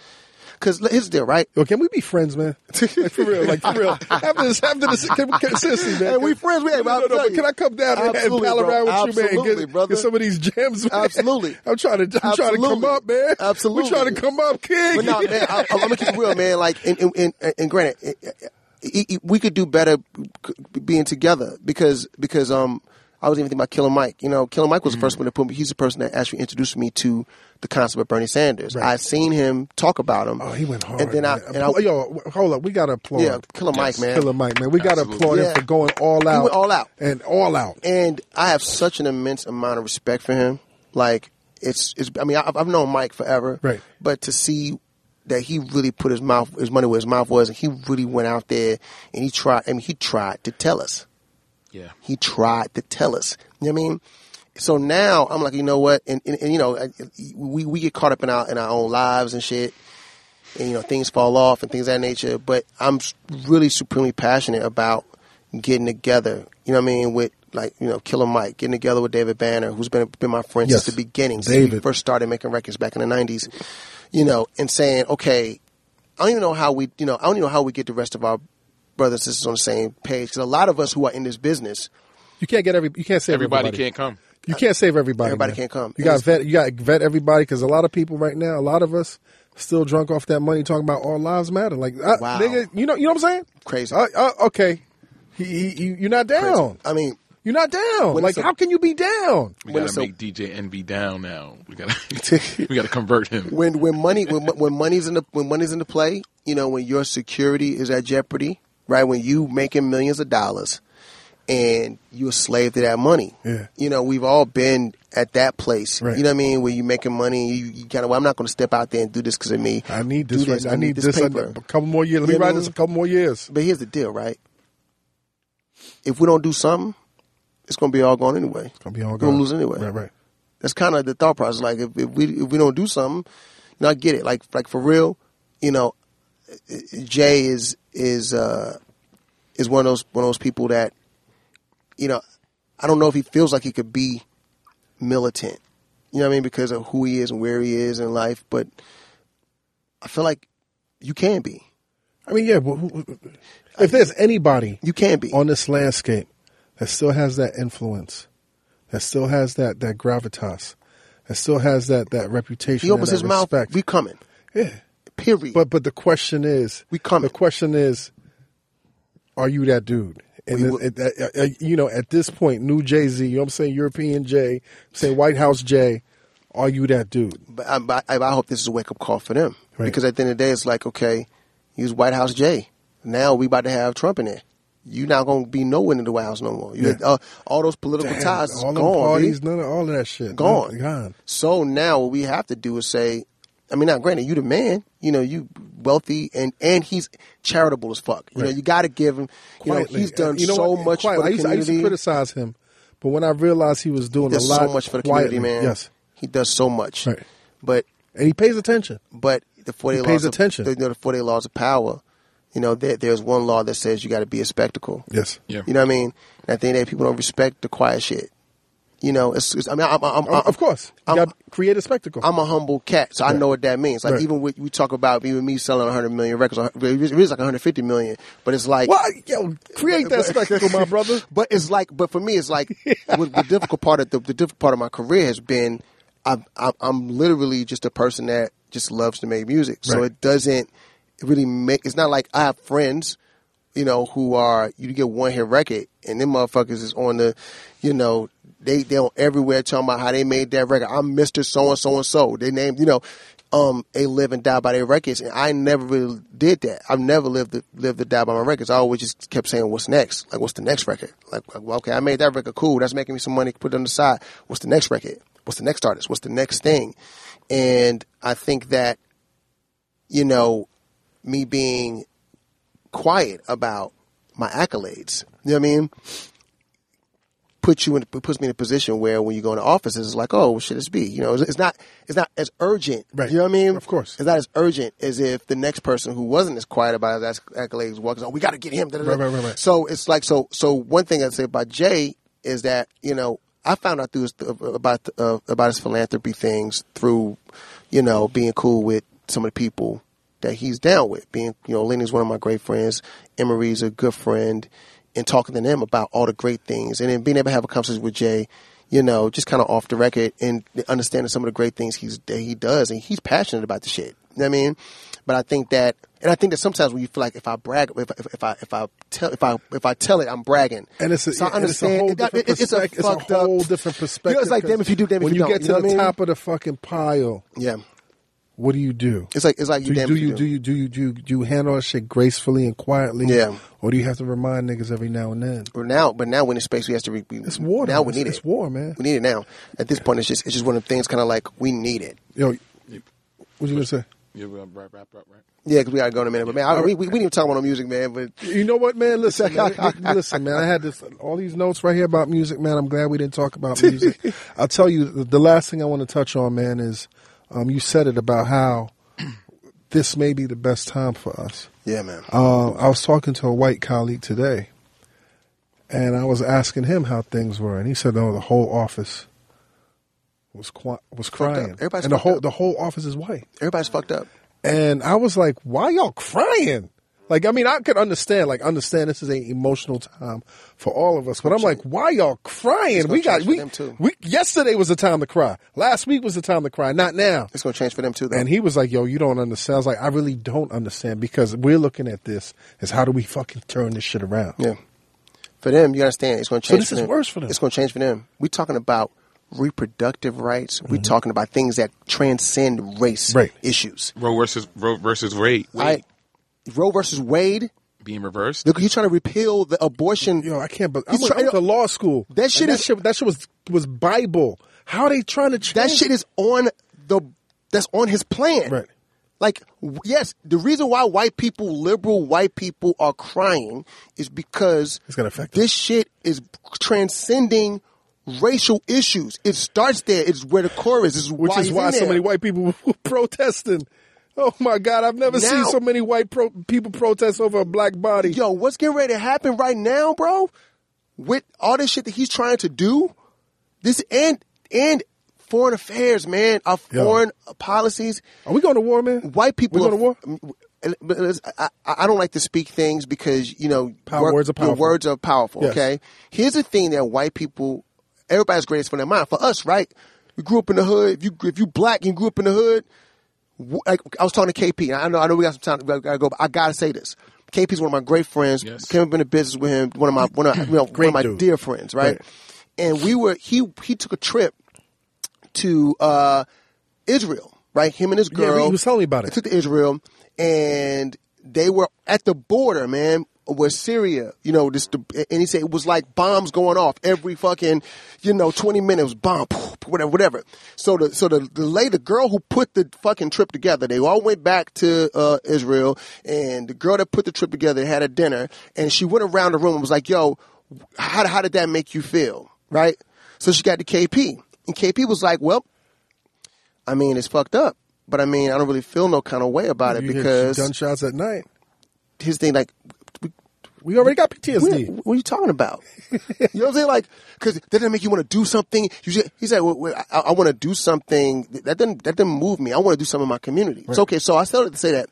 Because here's the deal, right?
Yo, can we be friends, man? Like for real, like for real. After this, after this, can, can, seriously, man.
Hey, we friends, we ain't, but
No, no,
I'm
no,
telling
but
you.
Can I come down and, and
Absolutely,
pal
bro.
around with you, man?
Absolutely,
and Get,
brother.
get some of these gems. man?
Absolutely.
I'm trying to. I'm trying to come
Absolutely.
up, man.
Absolutely.
We're trying to come up, king.
But no, man, I, I'm gonna keep it real, man. Like, and and, and, and granted, it, it, it, we could do better being together because because um I was even thinking about Killer Mike. You know, Killer Mike was the first
Mm-hmm.
one to put me. He's the person that actually introduced me to the concept of Bernie Sanders. I seen him talk about him.
Oh, he went hard.
And then I
man. Oh,
and I
yo, w- hold up. We got to applaud.
yeah, Killer Mike, man.
Killer Mike, man. We got to
Absolutely.
applaud him
Yeah.
for going all out.
went all out.
And all out.
and I have such an immense amount of respect for him. Like it's, it's I mean, I've, I've known Mike forever,
Right.
But to see that he really put his mouth, his money where his mouth was, and he really went out there and he tried. I mean, he tried to tell us.
yeah,
He tried to tell us. You know what I mean? So now I'm like, you know what? And, and, and you know, I- we, we get caught up in our in our own lives and shit. and you know things fall off and things of that nature. But I'm s- really supremely passionate about getting together. You know what I mean? With like you know Killer Mike, getting together with David Banner, who's been been my friend
Yes.
since the beginning, since we
David.
first started making records back in the '90s. You know, and saying, okay, I don't even know how we, you know, I don't even know how we get the rest of our brothers and sisters on the same page. Because a lot of us who are in this business,
You can't get every. You can't save
Everybody,
everybody.
can't come.
You can't save everybody.
Everybody
man.
can't come.
You
And
got
it's-
vet. You got vet everybody because a lot of people right now, a lot of us, still drunk off that money, talking about all lives matter. Like, uh,
Wow.
nigga, you know, you know what I'm saying?
Crazy.
Uh, uh, okay, he, he, you- you're not down.
I mean,
You're not down.
When
like,
it's a-
how can you be down?
We
When
gotta
so-
make DJ NB down now. We gotta we gotta convert him.
when when money when when money's in the when money's in the play, you know, when your security is at jeopardy, right? When you making millions of dollars and you a slave to that money.
Yeah.
You know, we've all been at that place.
Right.
You know what I mean? Where you making money, you, you kind of, well, I'm not going to step out there and do this because of me.
I need
Do
this. right- I need this. I need a couple more years. Let
You
me
know what I
ride this
mean?
a couple more years.
But here's the deal, right? If we don't do something, it's going to be all gone anyway.
Gonna be all
We're
gone.
gonna lose anyway.
Right, right.
That's kind of the thought process. Like if, if we if we don't do something, you know, I get it. Like like for real, you know, Jay is is uh is one of those one of those people that, you know, I don't know if he feels like he could be militant. You know what I mean? Because of who he is and where he is in life, but I feel like you can be.
I mean, yeah. But who, who- if there's anybody
You can be.
on this landscape that still has that influence, that still has that that gravitas, that still has that that reputation.
He opens
and
his
that
mouth.
respect.
We coming.
Yeah.
Period.
But but the question is,
We coming.
The question is, are you that dude? And
We
then,
will-
at- at- at- uh, you know, at this point, new Jay Z. You know what I'm saying? European Jay, say White House Jay. Are you that dude?
but I, but I, I hope this is a wake up call for them
Right.
because at the end of the day, it's like okay, use White House Jay. Now we about to have Trump in there. You're not gonna be nowhere in the White House no more. You,
Yeah.
uh, all those political
Damn,
ties is
all
gone.
them parties,
B.
none of all of that shit
gone.
None- gone.
So now what we have to do is say, I mean, now granted, you the man. You know, you wealthy and and he's charitable as fuck. You know,
Right.
you got to give him. You know,
Quietly.
he's done
And you know
so
what?
much
Quiet.
for the
I used, to- I used
community.
to criticize him, but when I realized he was doing
he does
a lot
so much for the
quietly,
community, man.
Yes,
he does so much.
Right.
But
and he pays attention.
but the forty
He
laws
pays
of,
attention.
The, you know, the forty laws of power. You know, there, there's one law that says you got to be a spectacle.
Yes.
Yeah.
You know what I mean? And I think that people don't respect the quiet shit. You know, it's, it's I mean, I'm, I'm,
Uh, Of-
I'm,
of course, you
I'm-
got create a spectacle.
I'm a humble cat, so I know what that means. Like
Right.
even with, we talk about even me selling 100 million records, it was it was like 150 million, but it's like.
well, I- yo, create that spectacle, my brother.
But it's like, but for me, it's like with the difficult part of the, the difficult part of my career has been, I'm I'm- I'm literally just a person that just loves to make music. So
Right.
it doesn't really make. It's not like I have friends, you know, who are you get one hit record and them motherfuckers is on the, you know, they they on everywhere talking about how they made that record. I'm Mister So and So and So. They named you know. Um, they live and die by their records, and I never really did that. I've never lived the, lived to die by my records. I always just kept saying, "What's next? Like, what's the next record? Like, like, well, okay, I made that record, cool. That's making me some money. Put it on the side. What's the next record? What's the next artist? What's the next thing?" And I think that you know, me being quiet about my accolades. You know what I mean? Put you in puts me in a position where when you go into offices, it's like, oh, what should this be? You know, it's, it's not it's not as urgent.
Right.
You know what I mean?
Of course.
it's not as urgent as if the next person who wasn't as quiet about his acc- accolades walks. Oh, we got to get him. da, da, da."
Right, right, right, right.
So it's like so. So one thing I'd say about Jay is that you know I found out through his, about uh, about his philanthropy things through you know being cool with some of the people that he's down with. Being you know Lenny's one of my great friends. Emery's a good friend, and talking to them about all the great things, and then being able to have a conversation with Jay. You know, just kind of off the record and understanding some of the great things he's that he does, and he's passionate about the shit. You know what I mean? But I think that, and I think that sometimes when you feel like if I brag, if, if, if I if I tell if I if I tell it, I'm bragging.
And it's a,
so I
and it's a
understand
whole
it-
different
it's a
perspective. It's a
fucked up-
whole different perspective.
You know, it's like damn if you do, damn if
when
you,
you
don't.
get to the
know what I mean?
top of the fucking pile,
yeah,
what do you do?
it's like it's like
Do
you
you
damn
do
if
you do you do you do you, do you handle that shit gracefully and quietly?
Yeah.
Or do you have to remind niggas every now and then?
But now, but now when it's space, we have to. Re- we,
It's war.
Now
man.
we
It's-
need
it's
it.
war, man.
We need it now. At this point, it's just it's just one of the things. Kind of like we need it.
Yo, what you gonna say?
Yeah, we rap, rap, rap, rap.
Yeah, because we gotta go in a minute. But man, I, we, we we didn't talk about no music, man. But
You know what, man? Listen, man, listen, man. I had this all these notes right here about music, man. I'm glad we didn't talk about music. I'll tell you the, the last thing I want to touch on, man, is um, you said it about how this may be the best time for us.
Yeah, man.
Uh, I was talking to a white colleague today, and I was asking him how things were, and he said, "No, the whole office was qui- was
up.
crying,
Everybody's
and the
fucked
whole
up.
the whole office is white."
Everybody's fucked up.
And I was like, why y'all crying? Like, I mean, I could understand, like, understand this is an emotional time for all of us, but I'm like, why y'all crying?
gonna
We got,
change for
we,
them, too.
we, yesterday was the time to cry. Last week was the time to cry, not now.
It's gonna change for them too, though.
And he was like, yo, you don't understand. I was like, I really don't understand because we're looking at this as how do we fucking turn this shit around?
yeah. For them, you understand. It's gonna change.
this
for
is
them.
worse for them.
It's gonna change for them. We're talking about reproductive rights. We're talking about things that transcend race
Mm-hmm. Right.
issues.
Roe versus Roe versus Wade, Wade
I, Roe versus Wade.
being reversed.
Look, he's trying to repeal the abortion.
Yo, I can't, but I
He's
went, I
trying
went
to-
to law school.
That
And
shit
that
is-
shit, that shit was, was Bible. How they trying to change
that shit is on the that's on his plan.
Right.
Like w- yes, the reason why white people, liberal white people, are crying is because
It's gonna affect
this shit is transcending racial issues. It starts there. It's where the core is. It's
which
why
is
he's
why
in
so
there.
many white people were protesting. Oh my God, I've never seen
Now-
so many white pro- people protest over a black body.
Yo, what's getting ready to happen right now, bro? With all this shit that he's trying to do, this and and foreign affairs, man, our
Yo.
foreign policies.
Are we going to war, man?
white people
We going to
are-
war?
Mm, but let's- I, I I don't like to speak things because you know
Power- words are
your
powerful.
words are powerful.
Yes.
Okay, here's the thing that white people, everybody's greatest friend of mine. For us, right? We grew up in the hood. If you if you black and you grew up in the hood, wh- like I was talking to KP. and I know I know we got some time. We gotta go. But I gotta say this. KP's one of my great friends.
Yes.
Came up into business with him. One of my one of you know, one
Great
of my
dude.
dear friends, right?
Right.
And we were he he took a trip to uh, Israel, right? Him and his
Yeah,
girl.
he was telling me about it.
They took to Israel, and they were at the border, man, with Syria. You know, this, and he said it was like bombs going off every fucking, you know, twenty minutes, bomb, poof, whatever, whatever. So the so the the lady, the girl who put the fucking trip together, they all went back to uh, Israel, and the girl that put the trip together had a dinner, and she went around the room and was like, "Yo, how how did that make you feel?" Right. So she got to KP, and KP was like, "Well." I mean, it's fucked up. But I mean, I don't really feel no kind of way about it
You hear
because
gunshots at night.
his thing, like,
We already got PTSD.
what, what are you talking about? you know what I'm saying? Like, because that doesn't make you want to do something. You just, he said, well, well, I, I want to do something that doesn't that doesn't move me. I want to do something in my community. So okay, so I started to say that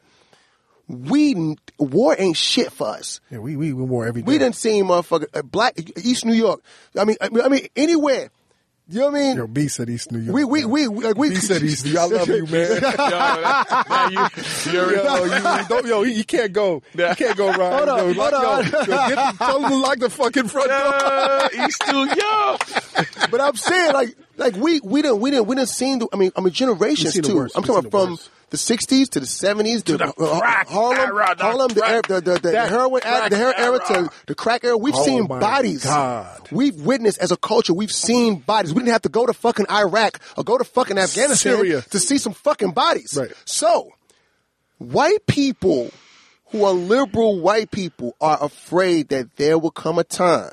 we n- war ain't shit for us.
yeah, we we we war every day.
We done seen motherfucker uh, black East New York. I mean, I mean, I mean anywhere. You know what I mean?
Yo, B said East New York.
we we we like we
B said East New York. I love you, man.
Yo, that- now you, you
yo,
already-
you, don't, yo, you can't go. You can't go, Ryan.
Hold
yo,
on,
lock,
hold
yo, yo, get the, tell them to lock the fucking front door.
Uh, East New York.
But I'm saying like like we we didn't we didn't we didn't seen the I mean I mean generations
We've seen the
too.
worst.
I'm
We've
talking
seen
about
the
from
worst.
the 60s to the 70s to,
the
uh,
crack
Harlem
era, the
Harlem the,
crack-
era- the, the, the
that
heroin era, the heroin
crack
era
era.
to the crack era. We've
Oh
seen
my
bodies.
God.
We've witnessed as a culture. We've seen bodies. We didn't have to go to fucking Iraq or go to fucking Afghanistan
Syria.
to see some fucking bodies.
Right.
So white people who are liberal white people are afraid that there will come a time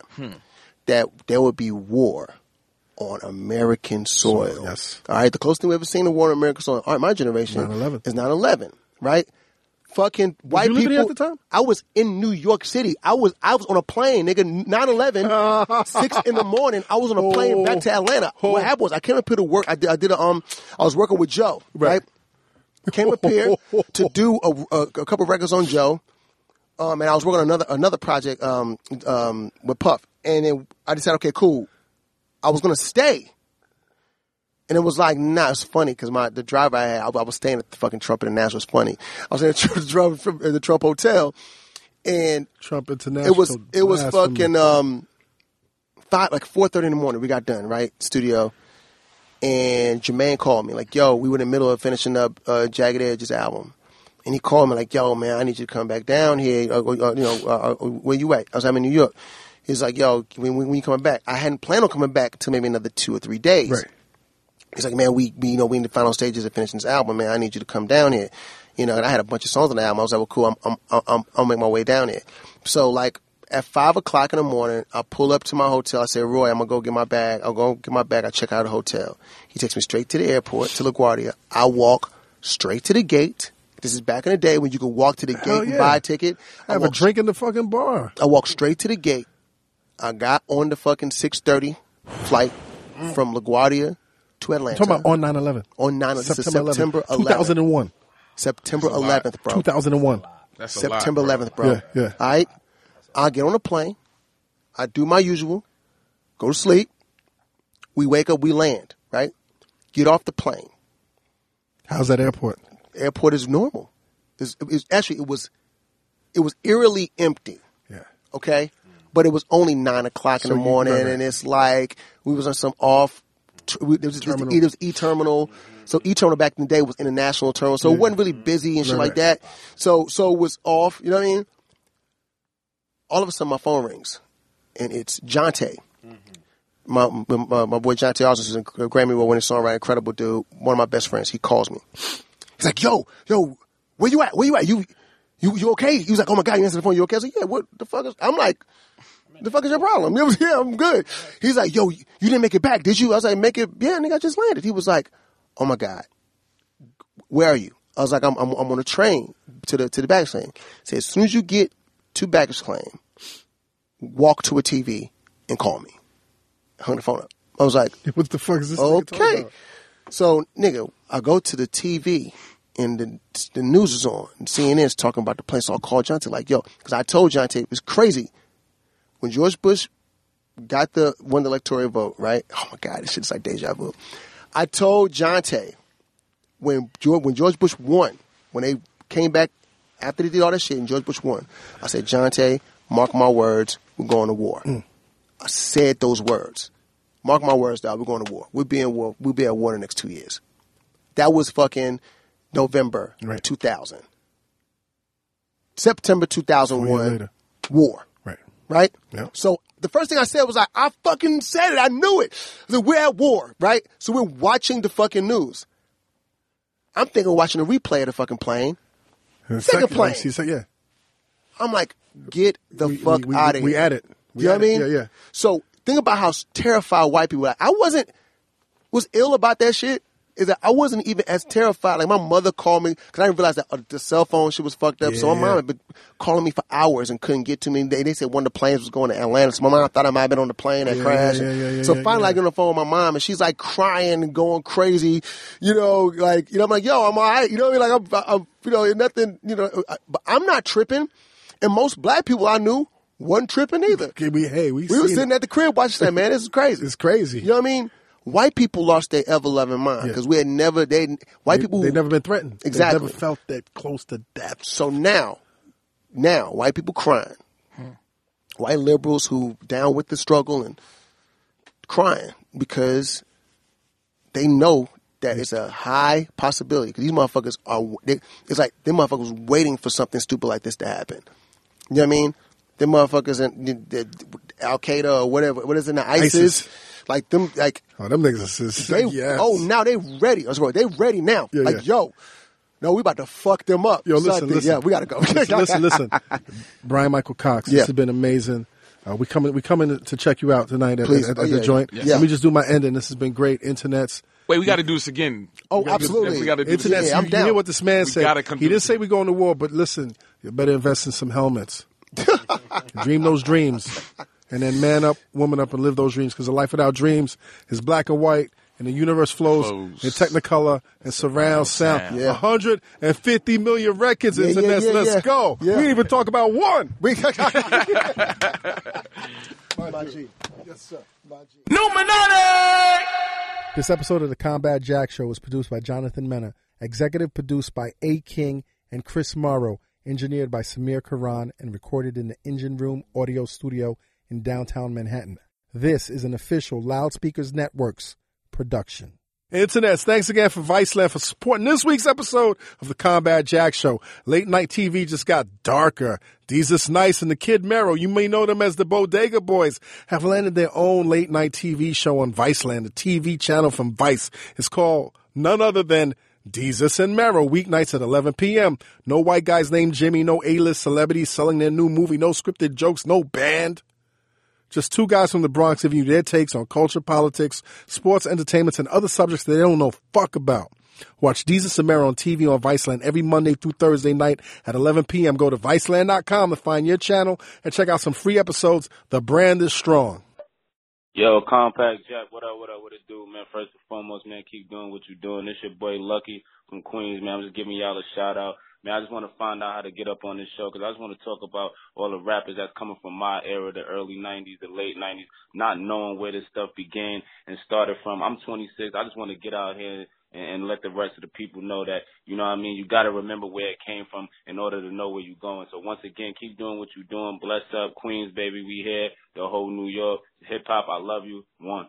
that there will be war on American soil.
yes.
All right. The closest thing we ever seen to war on American soil, all right, my generation,
9/11.
is 9 11, right? Fucking white
you living
people.
there at the time?
I was in New York City. I was I was on a plane, nigga. 9-11, 6 in the morning. I was on a plane
Oh.
back to Atlanta.
Oh.
What happened was I came up here to work. I did, I did a, um I was working with Joe,
Right.
right? came up here to do a, a, a couple records on Joe, um, and I was working on another another project um, um, with Puff, and then I decided, okay, cool, I was gonna stay, and it was like, nah, it's funny because my the driver I had, I, I was staying at the fucking Trump International, it's funny, I was in the Trump, Trump at the Trump Hotel, and
Trump International.
it was it was
blasphemy.
fucking um five like four thirty in the morning. We got done right studio, and Jermaine called me like, "Yo, we were in the middle of finishing up uh, Jagged Edge's album." And he called me like, "Yo, man, I need you to come back down here. Uh, uh, you know, uh, uh, where you at?" I was, "I'm in New York." He's like, "Yo, when, when, when you coming back?" I hadn't planned on coming back till maybe another two or three days.
Right.
He's like, man, we, we you know we in the final stages of finishing this album, man. I need you to come down here, you know. And I had a bunch of songs on the album. I was like, well, cool. I'm I'm I'm- I'm I'll make my way down here. So like at five o'clock in the morning, I pull up to my hotel. I say, Roy, I'm gonna go get my bag. I'll go get my bag. I check out of the hotel. He takes me straight to the airport to LaGuardia. I walk straight to the gate. This is back in the day when you could walk to the
Hell
gate and
yeah.
buy a ticket. I,
Have a
walked-
drink in the fucking bar.
I walked straight to the gate. I got on the fucking six thirty flight from LaGuardia to Atlanta.
Mm. Talking about on 9 11.
on nine September, September
11th, 2001.
September
a lot.
11th, bro.
2001.
That's a lot,
September
bro.
11th, bro.
Yeah, yeah.
All right. I get on a plane. I do my usual. Go to sleep. We wake up. We land. Right. Get off the plane.
How's that airport?
Airport is normal. It's, it's actually it was, it was eerily empty.
Yeah.
Okay. But it was only nine o'clock in
So
the
you-
morning,
right, right.
and it's like we was on some off. tr- we- It was,
Terminal.
it was E terminal, so E terminal back in the day was international terminal, so it wasn't really busy and shit
Right,
like
right.
that. So so it was off. You know what I mean? all of a sudden my phone rings, and it's Jonte.
Mm-hmm.
My, my my boy Jonte Austin is a Grammy award winning songwriter, incredible dude, one of my best friends. He calls me. He's like, "Yo, yo, where you at? Where you at? You you you okay?" He was like, "Oh my god, you answered the phone. You okay?" I was like, "Yeah, what the fuck is?" I'm like. The fuck is your problem? It was, yeah, I'm good. He's like, yo, you didn't make it back, did you? I was like, make it, yeah, nigga, I just landed. He was like, oh my god, where are you? I was like, I'm, I'm, I'm on a train to the to the baggage claim. Say, as soon as you get to baggage claim, walk to a TV and call me. I hung the phone up. I was like,
What the fuck is this? nigga talking
okay.
about?
So, nigga, I go to the TV and the, the news is on. And CNN's talking about the plane. So I called Jonte like, yo, because I told Jonte it was crazy. When George Bush got the won the electoral vote, right? Oh my God, this shit's like deja vu. I told Jonte when George, when George Bush won, when they came back after they did all that shit and George Bush won, I said, Jonte, mark my words, we're going to war.
Mm.
I said those words. Mark my words, dog, we're going to war. We'll be in war. We'll be at war in the next two years. That was fucking November
Right.
2000. September
Four years
2001,
later.
war
Right.
right?
Yeah.
So the first thing I said was like, I fucking said it. I knew it. That we're at war, right? So we're watching the fucking news. I'm thinking watching a replay of the fucking plane.
And
Second plane.
She said, yeah.
I'm like, get the
We-
fuck
we- we-
out of here.
we at it. We
you know
at
what I
it.
mean?
Yeah, yeah.
So think about how terrified white people are. I wasn't, what's ill about that shit is that I wasn't even as terrified. Like my mother called me because I didn't realize that uh, the cell phone shit was fucked up. so my
Yeah.
mom had been calling me for hours and couldn't get to me. They, they said one of the planes was going to Atlanta. So my mom thought I might have been on the plane that
Yeah,
crashed.
yeah, yeah, yeah,
so
yeah,
finally
yeah.
I get on the phone with my mom and she's like crying and going crazy. You know, like, you know, I'm like, yo, I'm all right. You know what I mean? Like I'm, I'm you know, nothing, you know, I- but I'm not tripping. And most black people I knew wasn't tripping either.
Okay, we, hey, we,
We were
seen
sitting
it.
at the crib watching that, man. This is crazy.
It's crazy.
You know what I mean? White people lost their ever loving mind
Yeah.
because we had never they white
They-
people
They've never been threatened. They've
Exactly.
never felt that close to death.
so now now white people crying white liberals who down with the struggle and crying because they know that it's a high possibility because these motherfuckers are they, it's like them motherfuckers waiting for something stupid like this to happen you know what I mean them motherfuckers and Al Qaeda or whatever what is it now ISIS,
ISIS.
like them like
Oh, them niggas is
they
yes.
oh now they ready. I was going, they ready now.
Yeah,
like
yeah.
yo, no, we about to fuck them up.
Yo, listen,
Something.
listen.
yeah, we gotta go.
listen, listen, listen. Brian Michael Cox,
Yeah.
this has been amazing. Uh, we coming, we coming to check you out tonight at,
Please.
at, at
Oh,
the
yeah.
joint.
Yeah.
Let me just do my ending. This has been great. Internets.
Wait, we got to do this again.
Oh,
We gotta do this-
absolutely.
We got to do
Internets.
this.
Yeah, I'm
you, you
down.
hear what this man
We
said?
gotta come
He
do
didn't
this.
say we going to war, but listen, you better invest in some helmets. Dream those dreams, and then man up, woman up, and live those dreams. Because a life without dreams is black and white, and the universe flows,
Flows.
in technicolor and surround sound.
sound.
Yeah.
150 million records.
Yeah, yeah,
internets.
yeah,
Let's
yeah.
go.
Yeah.
We didn't even talk about one.
We- My G. Yes, sir. My G.
Numinati!
This episode of the Combat Jack Show was produced by Jonathan Mena, executive produced by A. King and Chris Morrow, engineered by Samir Karan, and recorded in the Engine Room Audio Studio in downtown Manhattan. This is an official Loudspeakers Networks production. Internets, thanks again for Viceland for supporting this week's episode of the Combat Jack Show. Late night TV just got darker. Jesus Nice and the Kid Merrill, you may know them as the Bodega Boys, have landed their own late night TV show on Viceland, a TV channel from Vice. It's called none other than Jesus and Merrill, weeknights at 11 p.m. No white guys named Jimmy, no A-list celebrities selling their new movie, no scripted jokes, no band. Just two guys from the Bronx giving you their takes on culture, politics, sports, entertainments, and other subjects that they don't know fuck about. Watch Jesus Samara on TV on Viceland every Monday through Thursday night at 11 p.m. Go to Viceland.com to find your channel and check out some free episodes. The brand is strong.
Yo, Compact Jack, what up, what up, what it do, man? First and foremost, man, keep doing what you're doing. This your boy Lucky from Queens, man. I'm just giving y'all a shout out. Man, I just want to find out how to get up on this show because I just want to talk about all the rappers that's coming from my era, the early 90s, the late 90s, not knowing where this stuff began and started from. I'm 26. I just want to get out here and, and let the rest of the people know that, you know what I mean? You got to remember where it came from in order to know where you're going. So once again, keep doing what you're doing. Bless up. Queens, baby, we here. The whole New York. Hip hop, I love you. One.